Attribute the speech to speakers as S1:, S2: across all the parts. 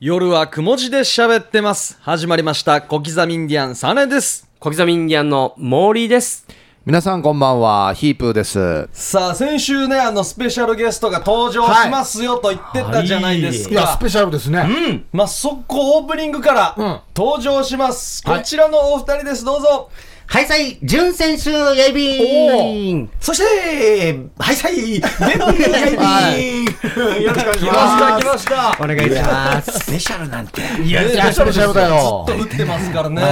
S1: 夜はくも字で喋ってます。始まりました。小刻みインディアンサネです。
S2: 小刻みインディアンのモーリーです。
S3: 皆さんこんばんは、ヒープーです。
S1: さあ、先週ね、あの、スペシャルゲストが登場しますよと言ってたじゃないです
S3: い
S1: か。
S3: や、スペシャルですね。
S1: まあ、速攻オープニングから登場します。こちらのお二人です。どうぞ。
S4: ハイサイ、準選手、ヤイビーンそして、ハイサイ、ベンビー、ヤイビーンよろしくお願い
S1: 来
S4: しま
S1: ました、来ました。
S4: す。お願いします。スペシャルなんて。いや、
S1: ね
S3: いや、スペシャルだよ
S1: ず。っと打ってますからね。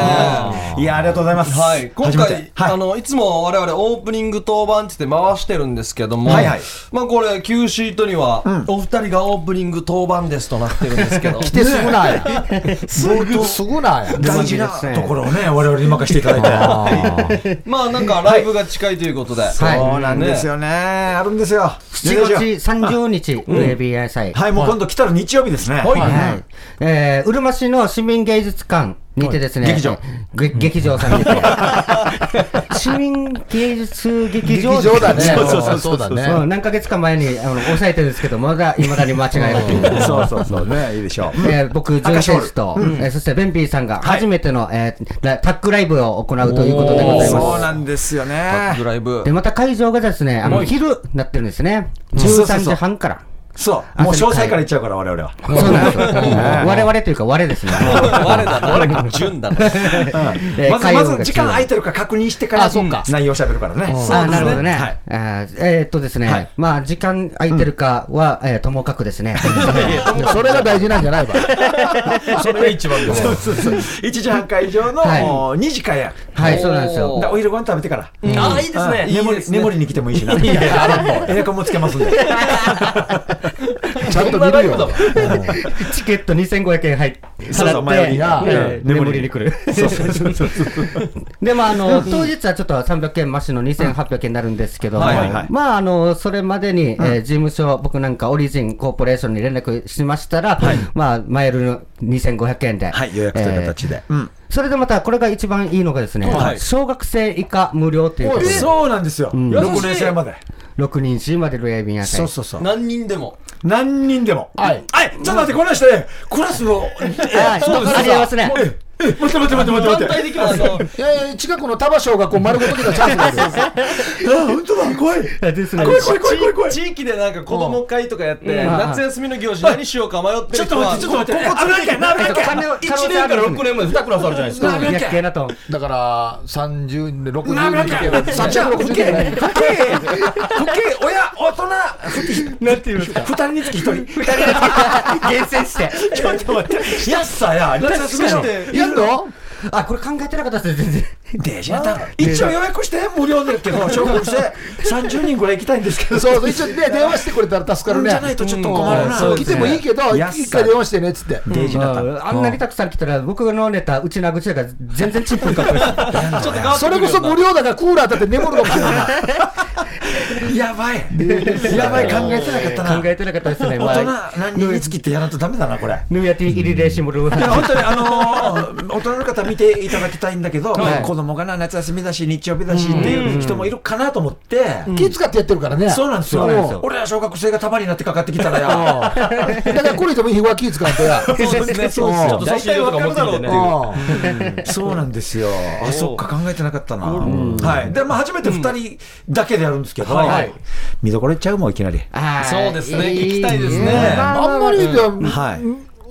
S4: いや、ありがとうございます。
S1: はい、今
S4: 初め
S1: 回
S4: て、はい
S1: あのいつも我々オープニング当番って言って回してるんですけども、
S4: はいはい
S1: まあこれ Q シートには、お二人がオープニング当番ですとなってるんですけど
S3: 来てすぐない。もうちょっとすぐない。
S4: 大事なところをね、我々に任せていただいて。
S1: まあなんかライブが近いということで、
S4: そうなんですよね。あるんですよ。
S5: 7月30日、ABI 祭、
S4: はい、もう今度来たら日曜日ですね。
S1: はい
S5: はいえーうるま市の市民芸術館にてです
S3: は
S5: ね、
S3: い劇場
S5: げ劇場さんにて、市民芸術劇
S3: 劇
S5: 場
S3: 場だね。
S5: そうそう
S3: そうそうだ
S5: うん
S3: ね。
S5: 何ヶ月か前にあの抑えてるんですけど、まだいまだに間違えるとい う。
S4: そうそうそうね、いいでしょう。
S5: えー僕、ジョイ選手と、えーそしてベンピーさんが初めての、えーラタッグライブを行うということでござい
S4: そう
S5: ま
S4: なんですよ
S1: バック
S4: ね。
S1: ライブ
S5: す。で、また会場がですね、あの昼になってるんですね、13時半から。
S4: そう、もう詳細から言っちゃうから、我々は。
S5: そうなんですよ。我々というか、我ですね。
S1: 我だな、我が純だな。
S5: えー
S4: まず、
S5: 海
S4: ま
S5: 運
S4: ず
S5: が
S4: 時間空いてるか確認してから、
S5: あそうか
S4: 内容喋るからね。
S5: あなるほどね。
S4: はい
S5: あーえーっとですね、
S4: はい
S5: まあ、時間空いてるかは、えーともかく ですね。
S3: それが大事なんじゃない ば。
S1: それが一番です。
S4: そうそうそう。1時半会場の
S5: はい
S4: もう2時からや。
S5: はい、そうなんです
S1: おー
S5: よ。
S4: だお昼ご飯食べてから。
S2: ああ、いいですね。
S4: 眠り眠りに来てもいいしな。い や、エアコンもつけますん で。
S3: ちゃんと見るよ。
S5: チケット2500円入っ
S4: そう
S5: 払
S4: そう
S5: って、
S4: 迷いが
S5: えー
S4: うん
S5: 眠りに来 る。で、まあ、あの、当日はちょっと300円増しの2800円になるんですけども、
S1: はいはい
S4: はい
S5: まあ、あの、それまでに、えー事務所、僕なんかオリジンコーポレーションに連絡しましたら、まあ、マイルの2500円で、
S4: はい、予約という形で。うん
S5: それでまた、これが一番いいのがですね、
S1: はい
S5: 小学生以下無料ということで、
S4: そうなんですよ。
S5: ん
S4: 6年生まで。
S5: 6人中までの営業や
S4: そうそうそう。
S1: 何人でも。
S4: 何人でも。
S3: はい。
S4: はい、ちょっと待って、この人ね、クラスの。
S5: はい、そうですありえますね。
S4: ええ待って待って待って待って待
S1: 反
S4: って。
S1: 対できますよ。
S3: いやいや、近くの多摩小学校丸ごと来たチャンスがあるよ。
S4: あ、本当だ、怖い。
S5: ですね。
S4: 怖い怖い怖い怖い怖い。
S1: 地域でなんか子供会とかやって、
S5: ん
S1: 夏休みの行事何しようか迷って
S4: ちょ
S1: る
S4: っと
S1: 人は
S4: 待って、ちょっと待って。危ないかいな、危ないかい。
S5: 1年から6年まで2クラスあるじゃないですか。逆系だと。
S3: だから、30、60
S4: な
S3: 人
S4: ん
S3: い
S4: か、
S3: けば
S4: じゃあ、
S3: 30
S4: ふ
S3: 人
S4: け、
S3: じゃ
S4: ふ
S3: ない
S4: け、ふけ、親、大人、なんていうんですか、二人につき一人。
S5: 厳選して。
S4: ちょっと待って、やっさや、夏休みの。
S3: やんの
S5: あ、これ考えてなかったですね、全然。
S4: デジタル一応予約して、無料ですけど、紹介して、30人ぐらい行きたいんですけど、
S3: そうそう、一応ね、電話してくれたら助かる
S4: じ
S3: ね
S4: ゃない。とちょっと困るな。
S3: そう来てもいいけど、
S4: いや
S3: 一回電話してねっつって。
S4: デジタル。
S5: あんなにたくさん来たら、僕のネタ、うちなぐちだから、全然チップかったです。
S1: ちょっと変わって
S3: そ
S1: くる
S3: れ
S1: よな
S3: こそ無料だからクーラーだって眠るかもしれない。
S4: やばい。やばい、考えてなかった
S5: 考
S4: な。
S5: えてなかったですね、
S4: 大人
S5: まあ。
S4: 何人につきってやらんとダメだな、これ。
S5: ヌーヤティ入りレーシム ルー
S4: いや本当にあのー 大人の方見ていただきたいんだけど、
S5: はい
S4: 子供がな夏休みだし日曜日だしっていう人もいるかなと思って、
S3: 気使ってやってるからね。
S4: そうなんですよ
S5: そうなんですよ
S4: 俺ら小学生が束になってかかってきたらや
S3: だからこれでもいい日は気使ってや。
S1: そうですね。
S3: そうそうちょっと
S1: 大体わかるだろうっていう。
S4: そうなんですよあそっか考えてなかったな、はいでまあ初めて2人だけでやるんですけど、
S1: はい
S4: 見どころいっちゃうもんいきなり
S1: そうですね聞きたいですね
S3: あんまりでは
S4: は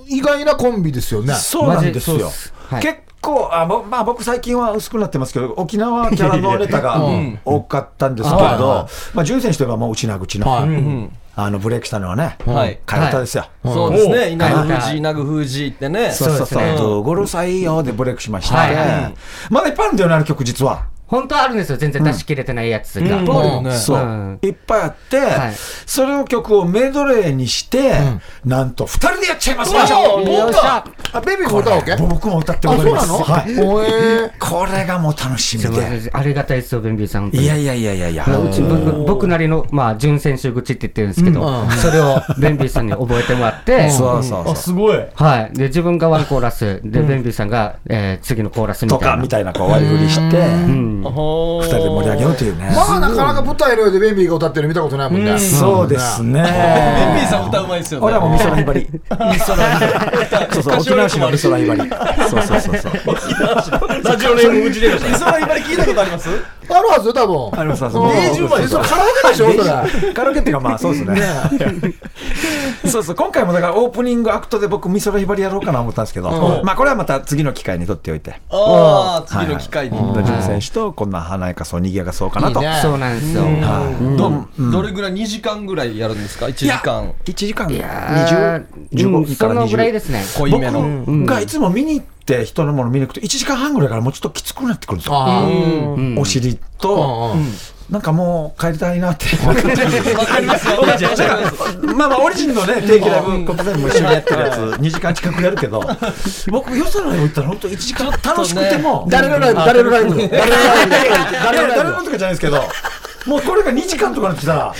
S4: い
S3: 意外なコンビですよね。
S4: そうなんです
S5: マジそう
S4: よ
S5: っすはい
S4: 結構あ、ぼまあ、僕最近は薄くなってますけど沖縄キャラのネタが多かったんですけれど、
S3: はいは
S4: まあ、純選手といえばもう内な口の、
S3: はい
S1: うん
S4: あのブレイクしたのはね、
S1: はい
S4: カラタですよ。
S1: そうですね。稲
S5: は
S1: 具
S5: い
S1: 封じ、稲具封じってね。
S4: そうそうそう。
S5: そうですね
S4: とゴロサイよでブレイクしまして、
S5: はい
S4: まだいっぱいあるんだよね、あの曲実は。
S5: 本当はあるんですよ、全然出し切れてないやつが。
S1: そうよね。
S4: そう、
S5: うん
S4: いっぱいあって、
S5: はい
S4: それの曲をメドレーにして、なんと二人でやっちゃいますわ
S5: よっしゃ
S3: あベビーも歌うわけ
S4: 僕も歌って
S3: あ、
S4: 踊
S3: そ
S4: り
S3: う
S4: ま
S3: な
S4: す。
S3: の
S4: はい。
S3: おえ
S4: これがもう楽しみ
S5: すいませ
S4: で。
S5: んありがたいですよ、ベンビーさん。本当に
S4: いやいやいやいやいや。
S5: うち僕僕なりの、まあ、純選手口って言ってるんですけど、それをベンビーさんに覚えてもらって、
S4: そうそうそう。
S1: すごい。
S5: はい、で自分がワンコーラス、で、ベンビーさんが、えー次のコーラスみた
S4: と
S5: いな。
S4: かみたいなこう割り振りして、
S5: うん
S4: 二人で盛り上げようというね。
S3: まあ、なかなか舞台の上でベビーが歌ってるの見たことないもんね。
S4: そうですね。
S1: ベンビーさん歌うまいですよね。
S4: 俺はもう美空ひばり。美空 ひばり。そうそう、沖縄市の美空ひばり。そうそうそうそう。
S1: ラジオネームうちで。美空ひばり聞いたことあります
S3: あるはずよ、多分。
S4: ありますあり
S3: うん
S4: ます
S3: それカラオケでしょ、それ。
S4: カラオケっていうかまあそうですね。 そうそう、今回もだからオープニングアクトで僕美空ひばりやろうかな思ったんですけど、まあこれはまた次の機会にとっておいて。
S1: ああ、次の機会に。
S4: ダジョン選手とこんな華やかそうにぎやかそうかなと。
S3: いいね
S5: そうなんですよ。
S1: どどれぐらい2時間ぐらいやるんですか ?1 時間。
S4: 1時間
S5: いや
S4: 20
S5: ーうん
S4: 15か
S5: そ
S4: ら
S5: のぐらいで
S4: 20
S5: すね。
S1: 濃いめの。
S4: 僕がいつも見に行って人のもの見に行くと1時間半ぐらいからもうちょっときつくなってくるんですよ
S3: あ
S5: うん
S4: お尻と、なんかもう帰りたいなって、
S1: わかりますよ。
S4: まあまあ、オリジンのね、定期ライブ、国内も一緒にやってるやつ、2時間近くやるけど、僕、よそのライブ行ったら、本当、1時間楽しくても、
S3: 誰のライブ誰のライブ誰のライブ
S4: 誰
S3: 誰の
S4: の
S3: ライ
S4: 誰
S3: ブ
S4: のとかじゃないですけど、もうこれが2時間とかなってきたら、はっ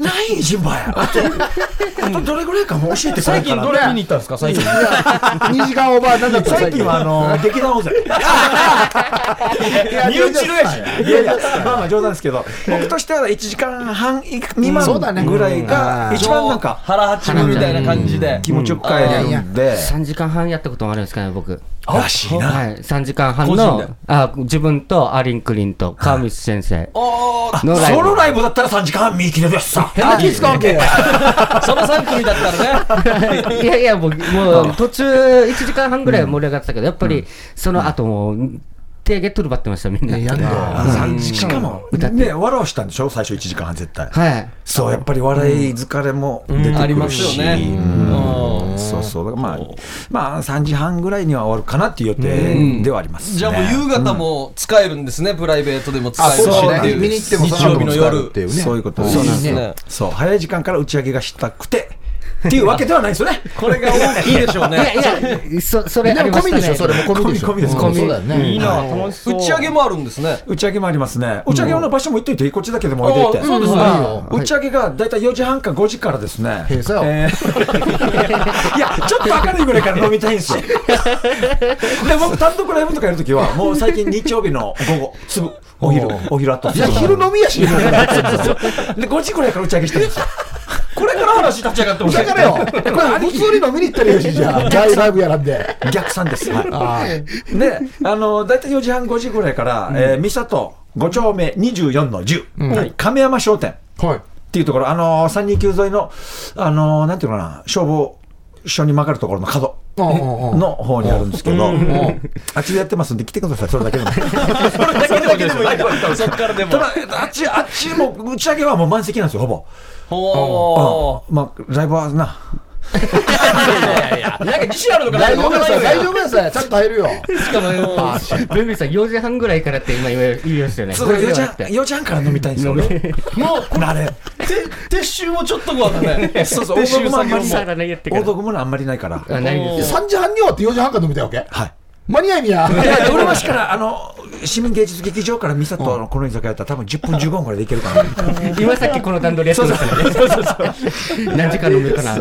S4: ないジンバや。あと、あとどれぐらいかもう教えてくれ
S1: 最
S4: るか
S1: 近
S4: な
S1: どれ見に行ったんですか最近。
S3: 2時間オーバーなんだった
S4: 最近はあの劇団大勢。
S3: や
S4: 身内のやし。いやいや、まあまあ冗談ですけど、僕としては1時間半未
S3: そうだね
S4: 満ぐらいが、一番なんか
S1: 腹八分みたいな感じで。
S4: 気持ちよく帰れるんで、
S5: 3時間半やったこともあるんですかね、僕。
S4: らしいな。
S5: はい、3時間半
S1: 個人
S5: の
S1: で
S5: あ自分とアリン・クリンと川光先生
S1: ああ、
S5: のライ
S4: ソ
S5: ブ
S4: ロ。ライブだったら3時間半見切れるやつさ。
S3: 変な気使わんけよ
S1: その3組だったらね。
S5: いやいや、もう、もう途中1時間半ぐらい盛り上がってたけど、やっぱり、その後もう、手ゲットルバってました、みんな。
S3: やんだ
S4: 3しかも、
S5: 歌って
S4: ね、笑わしたんでしょ最初1時間半絶対。
S5: はい。
S4: そう、やっぱり笑い疲れも出て
S1: あり
S4: く
S1: ま
S4: る
S1: す
S4: し。
S1: よね。うん
S4: そうそう。だからまあ、まあ3時半ぐらいには終わるかなっていう予定ではありますね。
S1: じゃあもう夕方も使えるんですね、プライベートでも使
S3: あ
S1: えるし
S3: そ
S1: っ
S3: うね
S1: ていう
S3: 見に行っても
S1: 日
S3: その
S1: 曜
S3: 後
S1: 日
S3: も
S1: の
S3: 使える
S1: 夜
S3: っていうね
S4: そういうことで
S1: そうなんです
S4: す
S1: よ
S4: ね。そう、早い時間から打ち上げがしたくて、っていうわけではないですよね。
S1: これが大きいでしょう
S5: いや
S1: ね
S5: いや、そ、それあ
S3: で
S5: り
S3: も
S5: ま
S3: 込
S5: し
S3: み
S5: た
S3: でしょそれ
S5: ね。
S3: も込みでしょ
S4: 込み込みです
S3: うんそうだよね
S1: 打ち上げもあるんですね
S4: 打ち上げもありますね。打ち上げ用の場所も行っといて、こっちだけでも置いといて。
S1: あそうですね
S4: うん打ち上げがだいたい4時半か5時からですね。
S3: へえそう
S4: えー いや、ちょっと明るいぐらいから飲みたいんです よ。で、僕、単独ライブとかやるときは、もう最近日曜日の午後、すぐ、お昼、お昼あった
S3: いや昼飲みやし
S4: で、5時ぐらいから打ち上げしてるんですよ。 これから話立ち上がってほしい。
S3: だからよこれ普通に飲みに行ったらよしじゃあ大ライブやらんで
S4: 逆算です。はい。で、あの、だいたい4時半、5時ぐらいから、えー三里5丁目24の10、はい亀山商店。
S3: はい
S4: っていうところ、あのー、329沿いの、あのー、なんていうのかな、消防署に曲がるところの角
S3: の
S4: の方にあるんですけど、あっちでやってますんで来てください、それだけ でも。それだけでもいいです
S1: そっからでも
S4: ただ、あっち、あっちも打ち上げはもう満席なんですよ、ほぼ。
S1: ほ
S4: あまあ、ライブはな、
S1: ーなんか自信あるのかな
S3: 大丈夫ですよ大 丈夫ですよちゃんと入るよ
S5: しかも、ベンビーさん4時半ぐらいからって今言わ言いましたよね。
S4: そう
S5: 5
S4: 4
S5: 時
S4: 時
S5: 半
S4: 半4時半から飲みたいんですよ、俺。
S1: もう
S4: なれ。
S1: て撤収もちょっとこうだね
S4: そうそう、大
S1: 撤収
S4: 道具もあんまり、
S5: さらないやってか
S4: 大
S5: ら
S4: 道具もあんまりないから。
S5: あないですよ。
S3: 3時半に終わって4時半から飲みたいわけ
S4: はい。
S3: 間に合いみや
S4: いや俺はしから、あの、市民芸術劇場から三里のこの居酒屋やったら多分10分15分ぐらいで行けるかな。
S5: 今さっきこの段取りやってましたよね。何時間飲めるかな。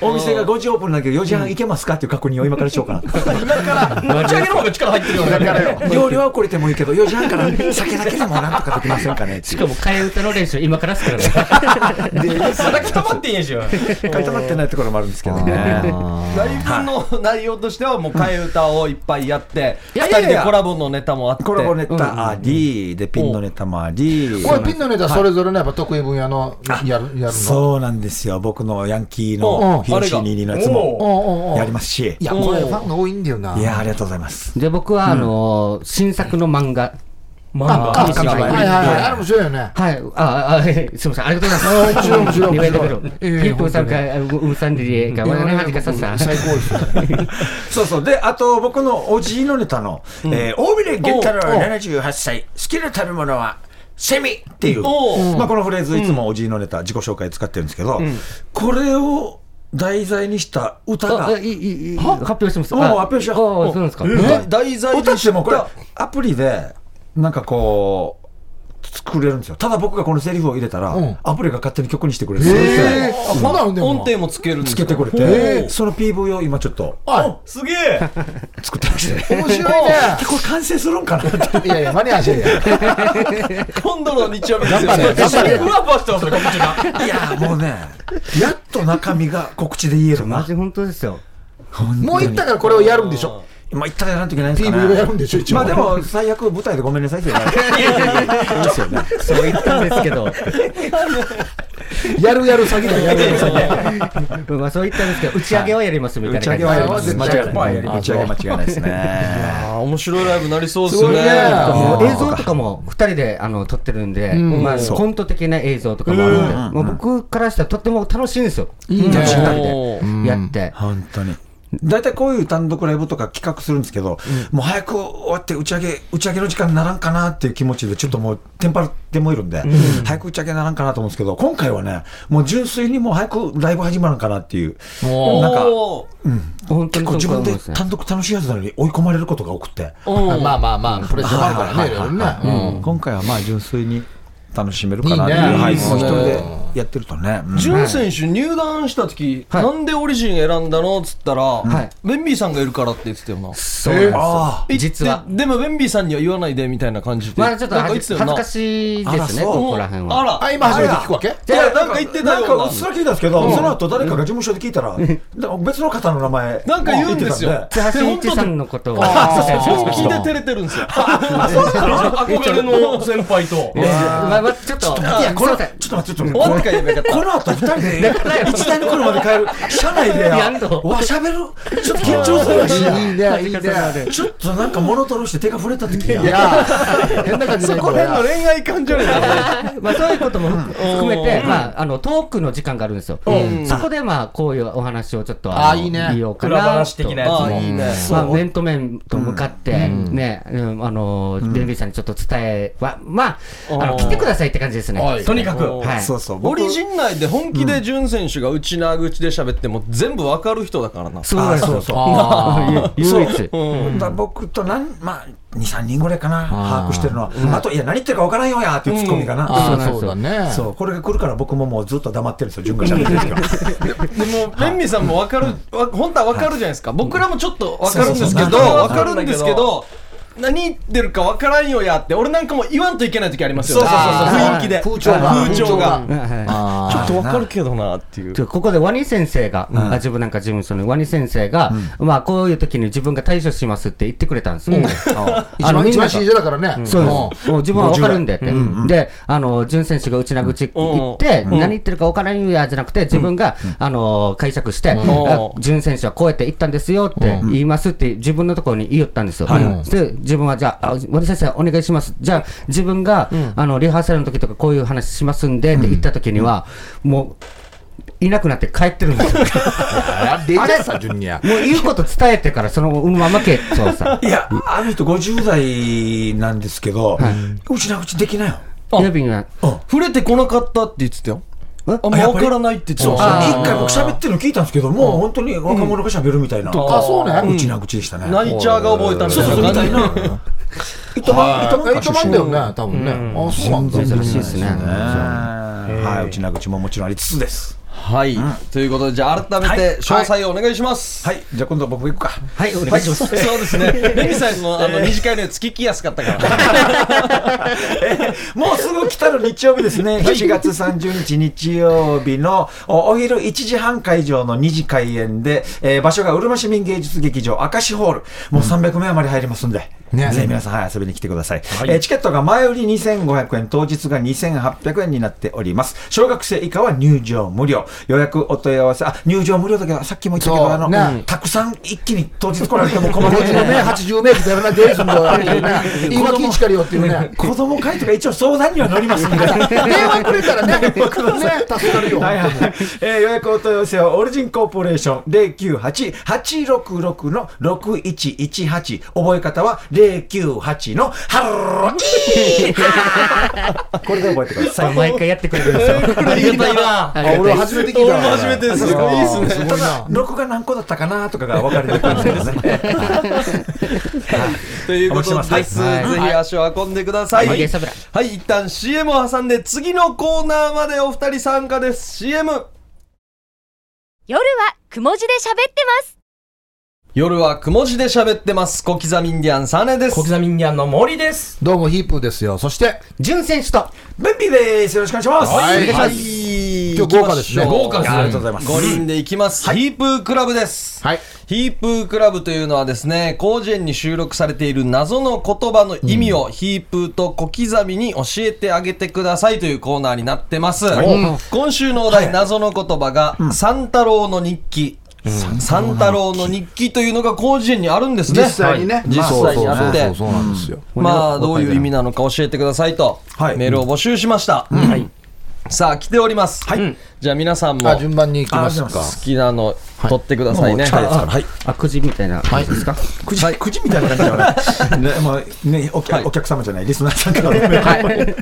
S4: お店が5時オープンなんだけど4時半行けますかっていう確認を今からしようかな
S1: 打ち上げの方が力入ってるよね
S4: 料理はこれてもいいけど4時半から酒だけでもなんとかできませんかねって
S5: し
S4: いう
S5: かも替え歌の練習今からっすからね。
S1: まだ固まっていいんでしょ
S4: 書いてまってないところもあるんですけどね
S1: ライブの内容としてはもう替え歌をいっぱいやって
S4: いや
S1: 2
S4: いやい
S1: 人
S4: や
S1: でコラボのネタもあって
S4: コラボネタありでピンのネタもあり
S3: これピンのネタそれぞれのやっぱ得意分野のやるやるの
S4: そうなんですよ僕のヤンキーのヒロシニーのやつも
S3: おうおうおう
S4: やりますし
S3: いやこれファンが多いんだよない
S4: やありがとうございます
S5: で、僕は、あのー、新作の漫画。漫
S3: ああ
S5: 紙芝
S3: はいはい
S5: 居。
S3: はいあれ面白いよね
S5: はい、あ、あ、 すみません、ありがとうございます。
S3: あも ちろんもちろんもちろん
S5: リベント
S3: ええ
S5: ピーポーさんか、あうんさんでりえか、わらないはじかさっさ。
S3: 最高ですよね
S4: そうそうであと僕のおじいのネタの「えー大峰源太郎78歳好きな食べ物はセミ」っていう
S1: おう
S4: まあ、このフレーズ、いつもおじいのネタ、自己紹介使ってるんですけど、これを題材にした歌が
S5: あ、いいいいいい、
S4: は
S5: 発表してます。
S4: おう
S5: あ
S4: 発表しよう
S5: あそうなんですか。
S4: え
S5: はい
S4: だ題材にしてもこれアプリでなんかこう作れるんですよただ僕がこのセリフを入れたら、
S3: うん
S4: アプリが勝手に曲にしてくれるんですよ
S3: えー、あまだあるんだよ。
S1: 音程もつけるんです
S4: つ
S1: か
S4: けてくれ
S3: へ
S4: て
S3: ー
S4: その PV を今ちょっと
S3: は
S1: すげえ
S4: 作ってま して
S3: い。面白いね。
S4: これ完成するんかなって
S3: いやいや、間に合わせや。
S1: 今度の日曜日ですよ
S3: 頑張れ頑張れ
S1: 一緒にふわふわしてますよ、こっちが。
S4: いやーもうねやっと中身が告知で言える
S5: マ
S4: な
S5: ジ本当ですよ。
S3: もう行ったからこれをやるんでしょ。
S4: 今言ったらやらんといけないんですか
S3: PV がやるん
S4: ね
S3: でしょ、一応。
S4: まあでも最悪舞台でごめんなさいって言われて
S5: そう言ったんですけど、
S3: やるやる詐欺だ、やるやる詐欺
S5: うんまあそう言ったんですけど、打ち上げはやりますみたい
S4: 打
S5: な
S4: ち上
S5: 感
S4: げ
S5: じ。
S4: はやり
S3: り
S4: ま
S3: ますす
S4: 間違いない打ち上げ間違いないですね
S1: あー面白いライブになりそうです
S3: すごいね
S1: ね。
S5: もう
S4: あー
S5: 映像とかも2人であの撮ってるんで、
S3: ん
S5: まあ、コント的な映像とかもあるんで、もう僕からしたらとっても楽しいんですよ、いい
S3: ね
S5: し
S1: お
S5: 人でやって、
S4: 本当に大体こういう単独ライブとか企画するんですけど、もう早く終わって打ち上げ打ち上げの時間にならんかなっていう気持ちでちょっともうテンパってもいるんで、早く打ち上げにならんかなと思うんですけど今回はねもう純粋にもう早くライブ始まらんかなっていう
S1: お
S4: なんか
S5: 本
S4: 結
S5: 当に
S4: 構自
S5: そう思
S4: 分
S5: うんで
S4: です
S5: ね
S4: 単独楽しいやつなのに追い込まれることが多くて、
S3: だ。まあまあまあ、プレッシャーもあるからね、いろいろね。
S4: うん今回はまあ純粋に楽しめるかなっていう
S3: いいね
S4: はい
S3: い
S4: も
S3: ですね
S4: う一人でやってるとね、うん
S1: 潤選手入団した時、
S5: はい
S1: なんでオリジン選んだのっつったら、
S5: い
S1: ベンビーさんがいるからって言ってたよな。
S5: そうなんですよ
S4: あ
S1: え
S5: 実は
S1: ででもベンビーさんには言わないでみたいな感じで。
S5: まあちょっと
S1: なんか言ってた
S5: 恥ず
S1: よな。
S5: かしいですね、
S4: あらそう
S5: ここら辺
S1: あ
S5: は。
S1: ら。
S3: あ、今初めて聞くわけ
S4: いやなんか
S1: 言
S4: 言
S1: っ
S4: ってて
S1: た
S4: た
S1: よ
S4: よ
S1: うな
S4: なんかうっすら聞いたんですけど、その後誰かが事務所で聞いたら、別の方の名前
S1: なんか言うんですよ
S4: 言ってたんで
S5: 津橋一さんのことを。
S1: そう聞いて照れてるんですよ。あ、そうなの憧れの先輩 と。
S5: いやまあまあちょっと、い
S4: いや、この、
S5: す
S4: ち
S5: い
S4: ょ
S5: ませ
S4: っと待って、
S5: ん
S4: ちょっと
S1: 終わっ
S4: 待
S1: てか
S4: っ
S1: ら
S4: て。
S1: 言えばよかっ
S4: この後二人で、一台の車で帰る、車内で、
S5: やんと
S4: わ、喋る、ちょっと緊張する
S3: いい
S4: し、
S3: ね、いいね。
S4: ちょっとなんか物取るして手が触れた時
S3: い
S4: や、
S3: や、変な感じで。
S1: た。そこら辺の恋愛感情になる。
S5: まあそういうことも含含め
S1: う
S5: て、
S1: ん
S5: まああのトークの時間があるんですよ。そこでまあこういうお話をちょっと
S3: あ
S5: の
S3: いいね
S5: 言おうか
S2: 裏
S5: な
S2: 話的
S5: と。
S2: なや
S1: ああ、いいね。
S5: まあ、面と面と向かって、ね、うんあの、ベンビーさんにちょっと伝えは、まあ、あの、来てくださいって感じですね。
S3: はい
S2: とにかく。
S5: はい。
S4: そうそう、
S1: オ
S4: 僕
S1: リジン内で本気で潤選手がうちなぐちで喋っても全部わかる人だからな。
S5: そうなんですよ。
S3: あ
S5: ゆ唯一。
S4: だ僕となん、まあ、2、3人ぐらいかな、把握してるのは、あと、いや、何言ってるか分からんよやっていうツッコミかな。
S3: あー、そうだね。
S4: そう、これが来るから僕ももうずっと黙ってるんですよ、順が喋ってるんですよ。
S1: でも、ベンミさんも分かる、わ本当は分かるじゃないですか。僕らもちょっと分かるんですけ
S4: そう
S1: ど、
S4: そうそう
S1: 分かるんですけど、何言ってるか分からんよやって、俺なんかも言わんといけない時ありますよね。
S4: そうそうそうそう
S1: 雰囲気で。
S3: 風潮が。
S1: 風潮が。
S3: ああ。
S1: ちょっと分かるけどなっていう。
S5: ちょここでワニ先生が、あ自分なんか事務所のワニ先生が、まあ、こういう時に自分が対処しますって言ってくれたんですよ。
S3: 一番一番信者だからね。
S5: そうです。もう自分は分かるんでって。で、あの、潤選手がうちなぐち行って、何言ってるか分からんやじゃなくて、自分が、あの、解釈して、あ潤選手はこうやって言ったんですよって言いますって、自分のところに言いよったんですよ。で、自分はじゃあ、あ森先生お願いします。じゃあ、自分が、あの、リハーサルの時とかこういう話しますんでって言った時には、もう、いなくなって帰ってるんですよ。
S3: あれでさ、ジュニア。
S5: もう言うこと伝えてから、そのままけ、そ うさ。
S4: いや、あの人50代なんですけど、うちな口できないよ。
S5: 郵便は、
S1: 触れてこなかったって言ってたよ。
S5: え
S1: あんま
S4: あやっ
S1: 分
S4: ぱり
S1: からないって言ってた
S4: そう
S1: よ
S4: そう一回僕喋ってるの聞いたんですけど、もう本当に若者が喋るみたいな。
S3: あ、そうね。
S4: うちな口でしたね。
S1: 泣いちゃーが覚えたみ
S4: そう
S1: た
S4: そう、
S1: い
S4: み
S1: な
S4: たい
S1: 感
S4: な
S1: じ。。
S4: 糸満、糸満
S3: 糸満だよね、多分ね。あ、そうなんだ。
S5: 珍しいですね。
S4: はい、うちな口ももちろんありつつです。
S1: はい。ということで、じゃあ改めて詳細をお願いします。
S4: はい、じゃあ今度は僕行くか。
S5: はい、お願いします。
S1: そうですね。ベンミさんのあの二次会のやつ聞きやすかったから。
S4: もうすぐ来たる日曜日ですね、7月30日日曜日のおお昼1時半会場の2次開演で、えー場所がうるま市民芸術劇場明石ホール、もう300名余り入りますんで、
S3: ね
S4: ぜひ皆さん、はい、遊びに来てください、えーチケットが前売り2500円、当日が2800円になっております、小学生以下は入場無料、予約お問い合わせ、あ入場無料だけど、さっきも言ったけ
S3: そう
S4: ど、あの
S3: ね
S4: たくさん一気に当日来られても困るんで
S3: 50名、80名ってやらないで、その、 今気ぃかりよっていうね。
S4: 子供会とか一応相談には乗りますんで。
S3: 電話くれたらね、ね、助かるよ。
S4: はいはい、えー予約お問い合わせはオリジンコーポレーション098866の6118覚え方は098のハローこれで覚えてください
S5: 毎回やってくれるんですよ。
S1: これいいな。
S3: 俺は初
S4: 初めて聞いた
S1: 俺も初めてです
S4: そうそう
S1: いいっすね
S4: ただ録画何個だったかなとかが分かるようになってくるんですね
S1: ということです、
S4: はい
S1: ぜひ足を運んでください、は
S5: はいい
S1: はい一旦 CM を挟んで次のコーナーまでお二人参加です CM
S6: 夜はくも字で喋ってます。
S1: 夜はくも字で喋ってます小刻みインディアンサネです
S2: 小刻みインディアンの森です。
S3: どうもヒープーですよ。そして、
S5: 純選手と、
S4: 便利ですよろしくお願いします
S3: はい
S1: はい、
S3: はい今日豪華です
S1: 行きま
S3: ね
S1: しょう
S3: 豪華
S4: ですねありがとうございます
S1: 五人で行きます、ヒープークラブです。
S3: はい
S1: ヒープークラブというのはですね、広辞苑に収録されている謎の言葉の意味をヒープーと小刻みに教えてあげてくださいというコーナーになってます。うん今週のお題、謎の言葉が、三太郎の日記。三太郎の日記というのが広辞苑にあるんですね。
S3: 実際にね。
S1: 実際にあっ
S3: そうそ
S1: て
S3: う。そうそうなんですよ。
S1: まあどういう意味なのか教えてくださいと、
S4: はい
S1: メールを募集しました、さあ来ております、じゃあ皆さんも
S3: あ、
S1: 好
S3: 順番に行きます
S4: ありがとうござい
S3: か
S4: ま。
S1: きなの取ってくださいね、
S4: もう近いですからはい
S5: あ、くじみたいな感じですか、
S4: くじくじみたいな感じだ ねねもうねお客お客様じゃないリスナーさん からの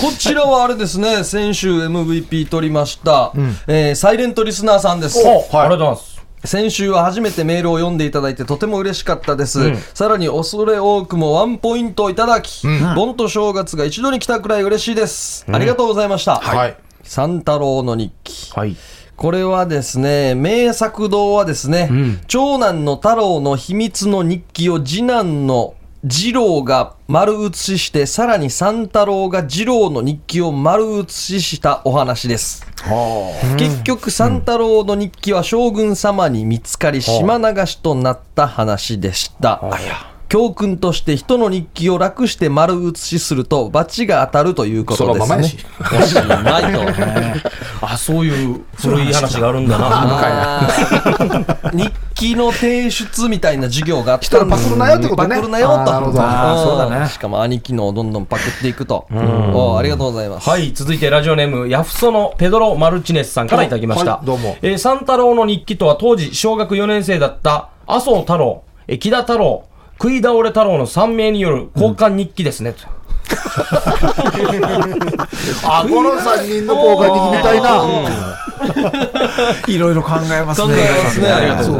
S1: おこちらはあれですね先週 MVP 取りました、えーサイレントリスナーさんです
S2: ありがとうございます。
S1: 先週は初めてメールを読んでいただいてとても嬉しかったです、さらに恐れ多くもワンポイントいただき、盆と正月が一度に来たくらい嬉しいです、ありがとうございました、
S3: はい。
S1: 三太郎の日記
S2: はい。
S1: これはですね、名作堂はですね、長男の太郎の秘密の日記を次男の次郎が丸写しして、さらに三太郎が次郎の日記を丸写ししたお話です。結局三太郎の日記は将軍様に見つかり島流しとなった話でした。教訓として人の日記を楽して丸写しすると罰が当たるというこ
S3: そ
S1: とで
S3: のますまや
S1: ね。
S3: し。
S1: おしまいと。
S2: あ、そういう古い話があるんだな。
S1: あー 日記の提出みたいな授業があったんです
S3: 人のパクるなよってことね
S1: パクるなよと
S3: あーなるほど
S4: あー
S1: ん
S4: そうだね
S1: しかも兄貴のをどんどんパクっていくとおーありがとうございます
S2: はい、続いてラジオネーム、ヤフソのペドロ・マルチネスさんからいただきました。
S3: はいどうも
S2: えー三太郎の日記とは当時、小学4年生だった麻生太郎、えー木田太郎、食い倒れ太郎の3名による交換日記ですね。と
S3: あ、この3人の交換にみたいな。
S4: いろいろ考えます
S1: 考え
S4: ね
S1: ますねありがとう
S3: そう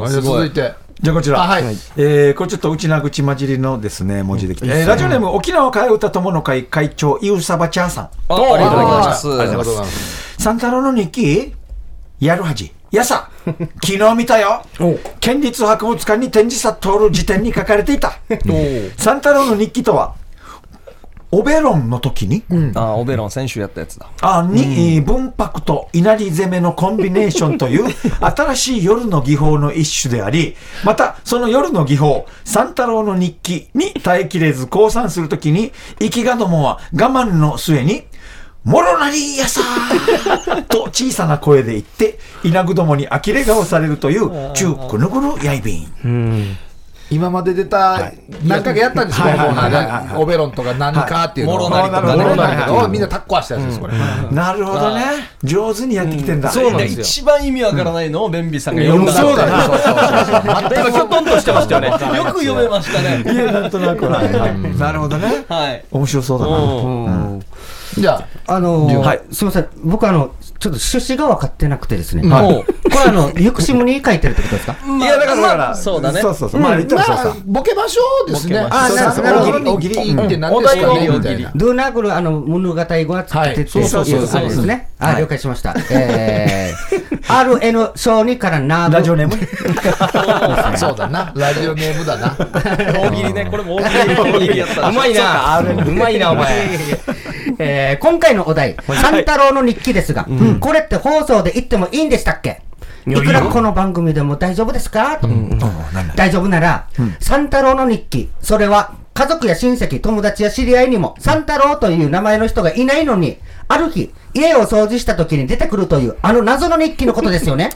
S1: ご
S3: で
S1: ざいますおーす
S3: すねあ。じゃあ
S1: ご
S3: 続
S1: い
S3: いて。
S4: じゃあこちら。
S3: あはい
S4: えーこれちょっとうちな口混じりのですね、文字できて。えーラジオネーム、沖縄替え歌友の会会長、イウサバチャーさん。
S1: あありがとうございます
S3: ありがとうございます。
S4: 三太郎の日記やるはじ。や さ、昨日見たよ。県立博物館に展示さ通る辞典に書かれていた。三太郎の日記とは、オベロンの時に、
S1: あーオベロン先週やったやつだ
S4: あに、えー文白と稲荷攻めのコンビネーション という新しい夜の技法の一種であり、またその夜の技法、三太郎の日記に耐えきれず降参するときに、生きがどもは我慢の末に、もろなりやさー と小さな声で言って、稲具どもに呆れ顔されるという、中くぬぐるやいびん。
S3: 今まで出た、何回かやったんですよ、このコーナーねオベロンとか何かっていうの
S1: はいモ
S3: を
S1: ロナリとかね
S3: モロナリとかをみんなタッコはしたやつです、これ。
S4: なるほどね。上手にやってきてんだ。
S1: そうなん
S2: ん
S1: で
S2: ですすよ
S1: 一番意味わからないのをベンビさんが読んだな
S3: そうだね。
S2: 今、きょとんとしてましたよね。
S1: よく読めました
S4: い
S1: ね
S4: や、なんとなくな。なるほどね。
S1: はい
S4: 面白そうだな。
S5: うん
S3: じゃ
S5: あのー
S4: はい
S5: すみません、僕あの、ちょっと趣旨が分かってなくてですね、
S3: はい
S5: これあの、ゆくしむに書いてるってことですか
S1: い
S4: い
S1: や
S4: や、
S1: だ
S4: だ
S1: か
S4: から
S1: だか
S4: ら、だからら、
S1: そうだね
S4: そうそうそう。まあ、言っ
S3: あ、
S4: た
S3: ま
S4: らそう
S3: あ
S4: さ。、
S3: ボケましょうですね。
S5: あな
S3: そう
S5: なるほ
S3: そ
S5: ど
S3: うおぎりって何です
S2: お
S3: か
S2: 題
S3: ね
S2: を
S3: みたいな。
S5: ドゥナーグル、あの、物語語は作ってって、
S3: はいそうそうそう
S5: いことですね。あ、了解しました。えー、RN 小2からナーブ。
S4: ラジオネー ム
S3: そうだな。ラジオネームだな。
S1: 大喜利ねこれも大喜利やった
S2: うまいな。うまいな、お前。
S5: えー今回のお題、三太郎の日記ですが、これって放送で言ってもいいんでしたっけいくらこの番組でも大丈夫ですかと、大丈夫なら、三太郎の日記、それは家族や親戚、友達や知り合いにも、三太郎という名前の人がいないのに、ある日、家を掃除した時に出てくるという、あの謎の日記のことです よね。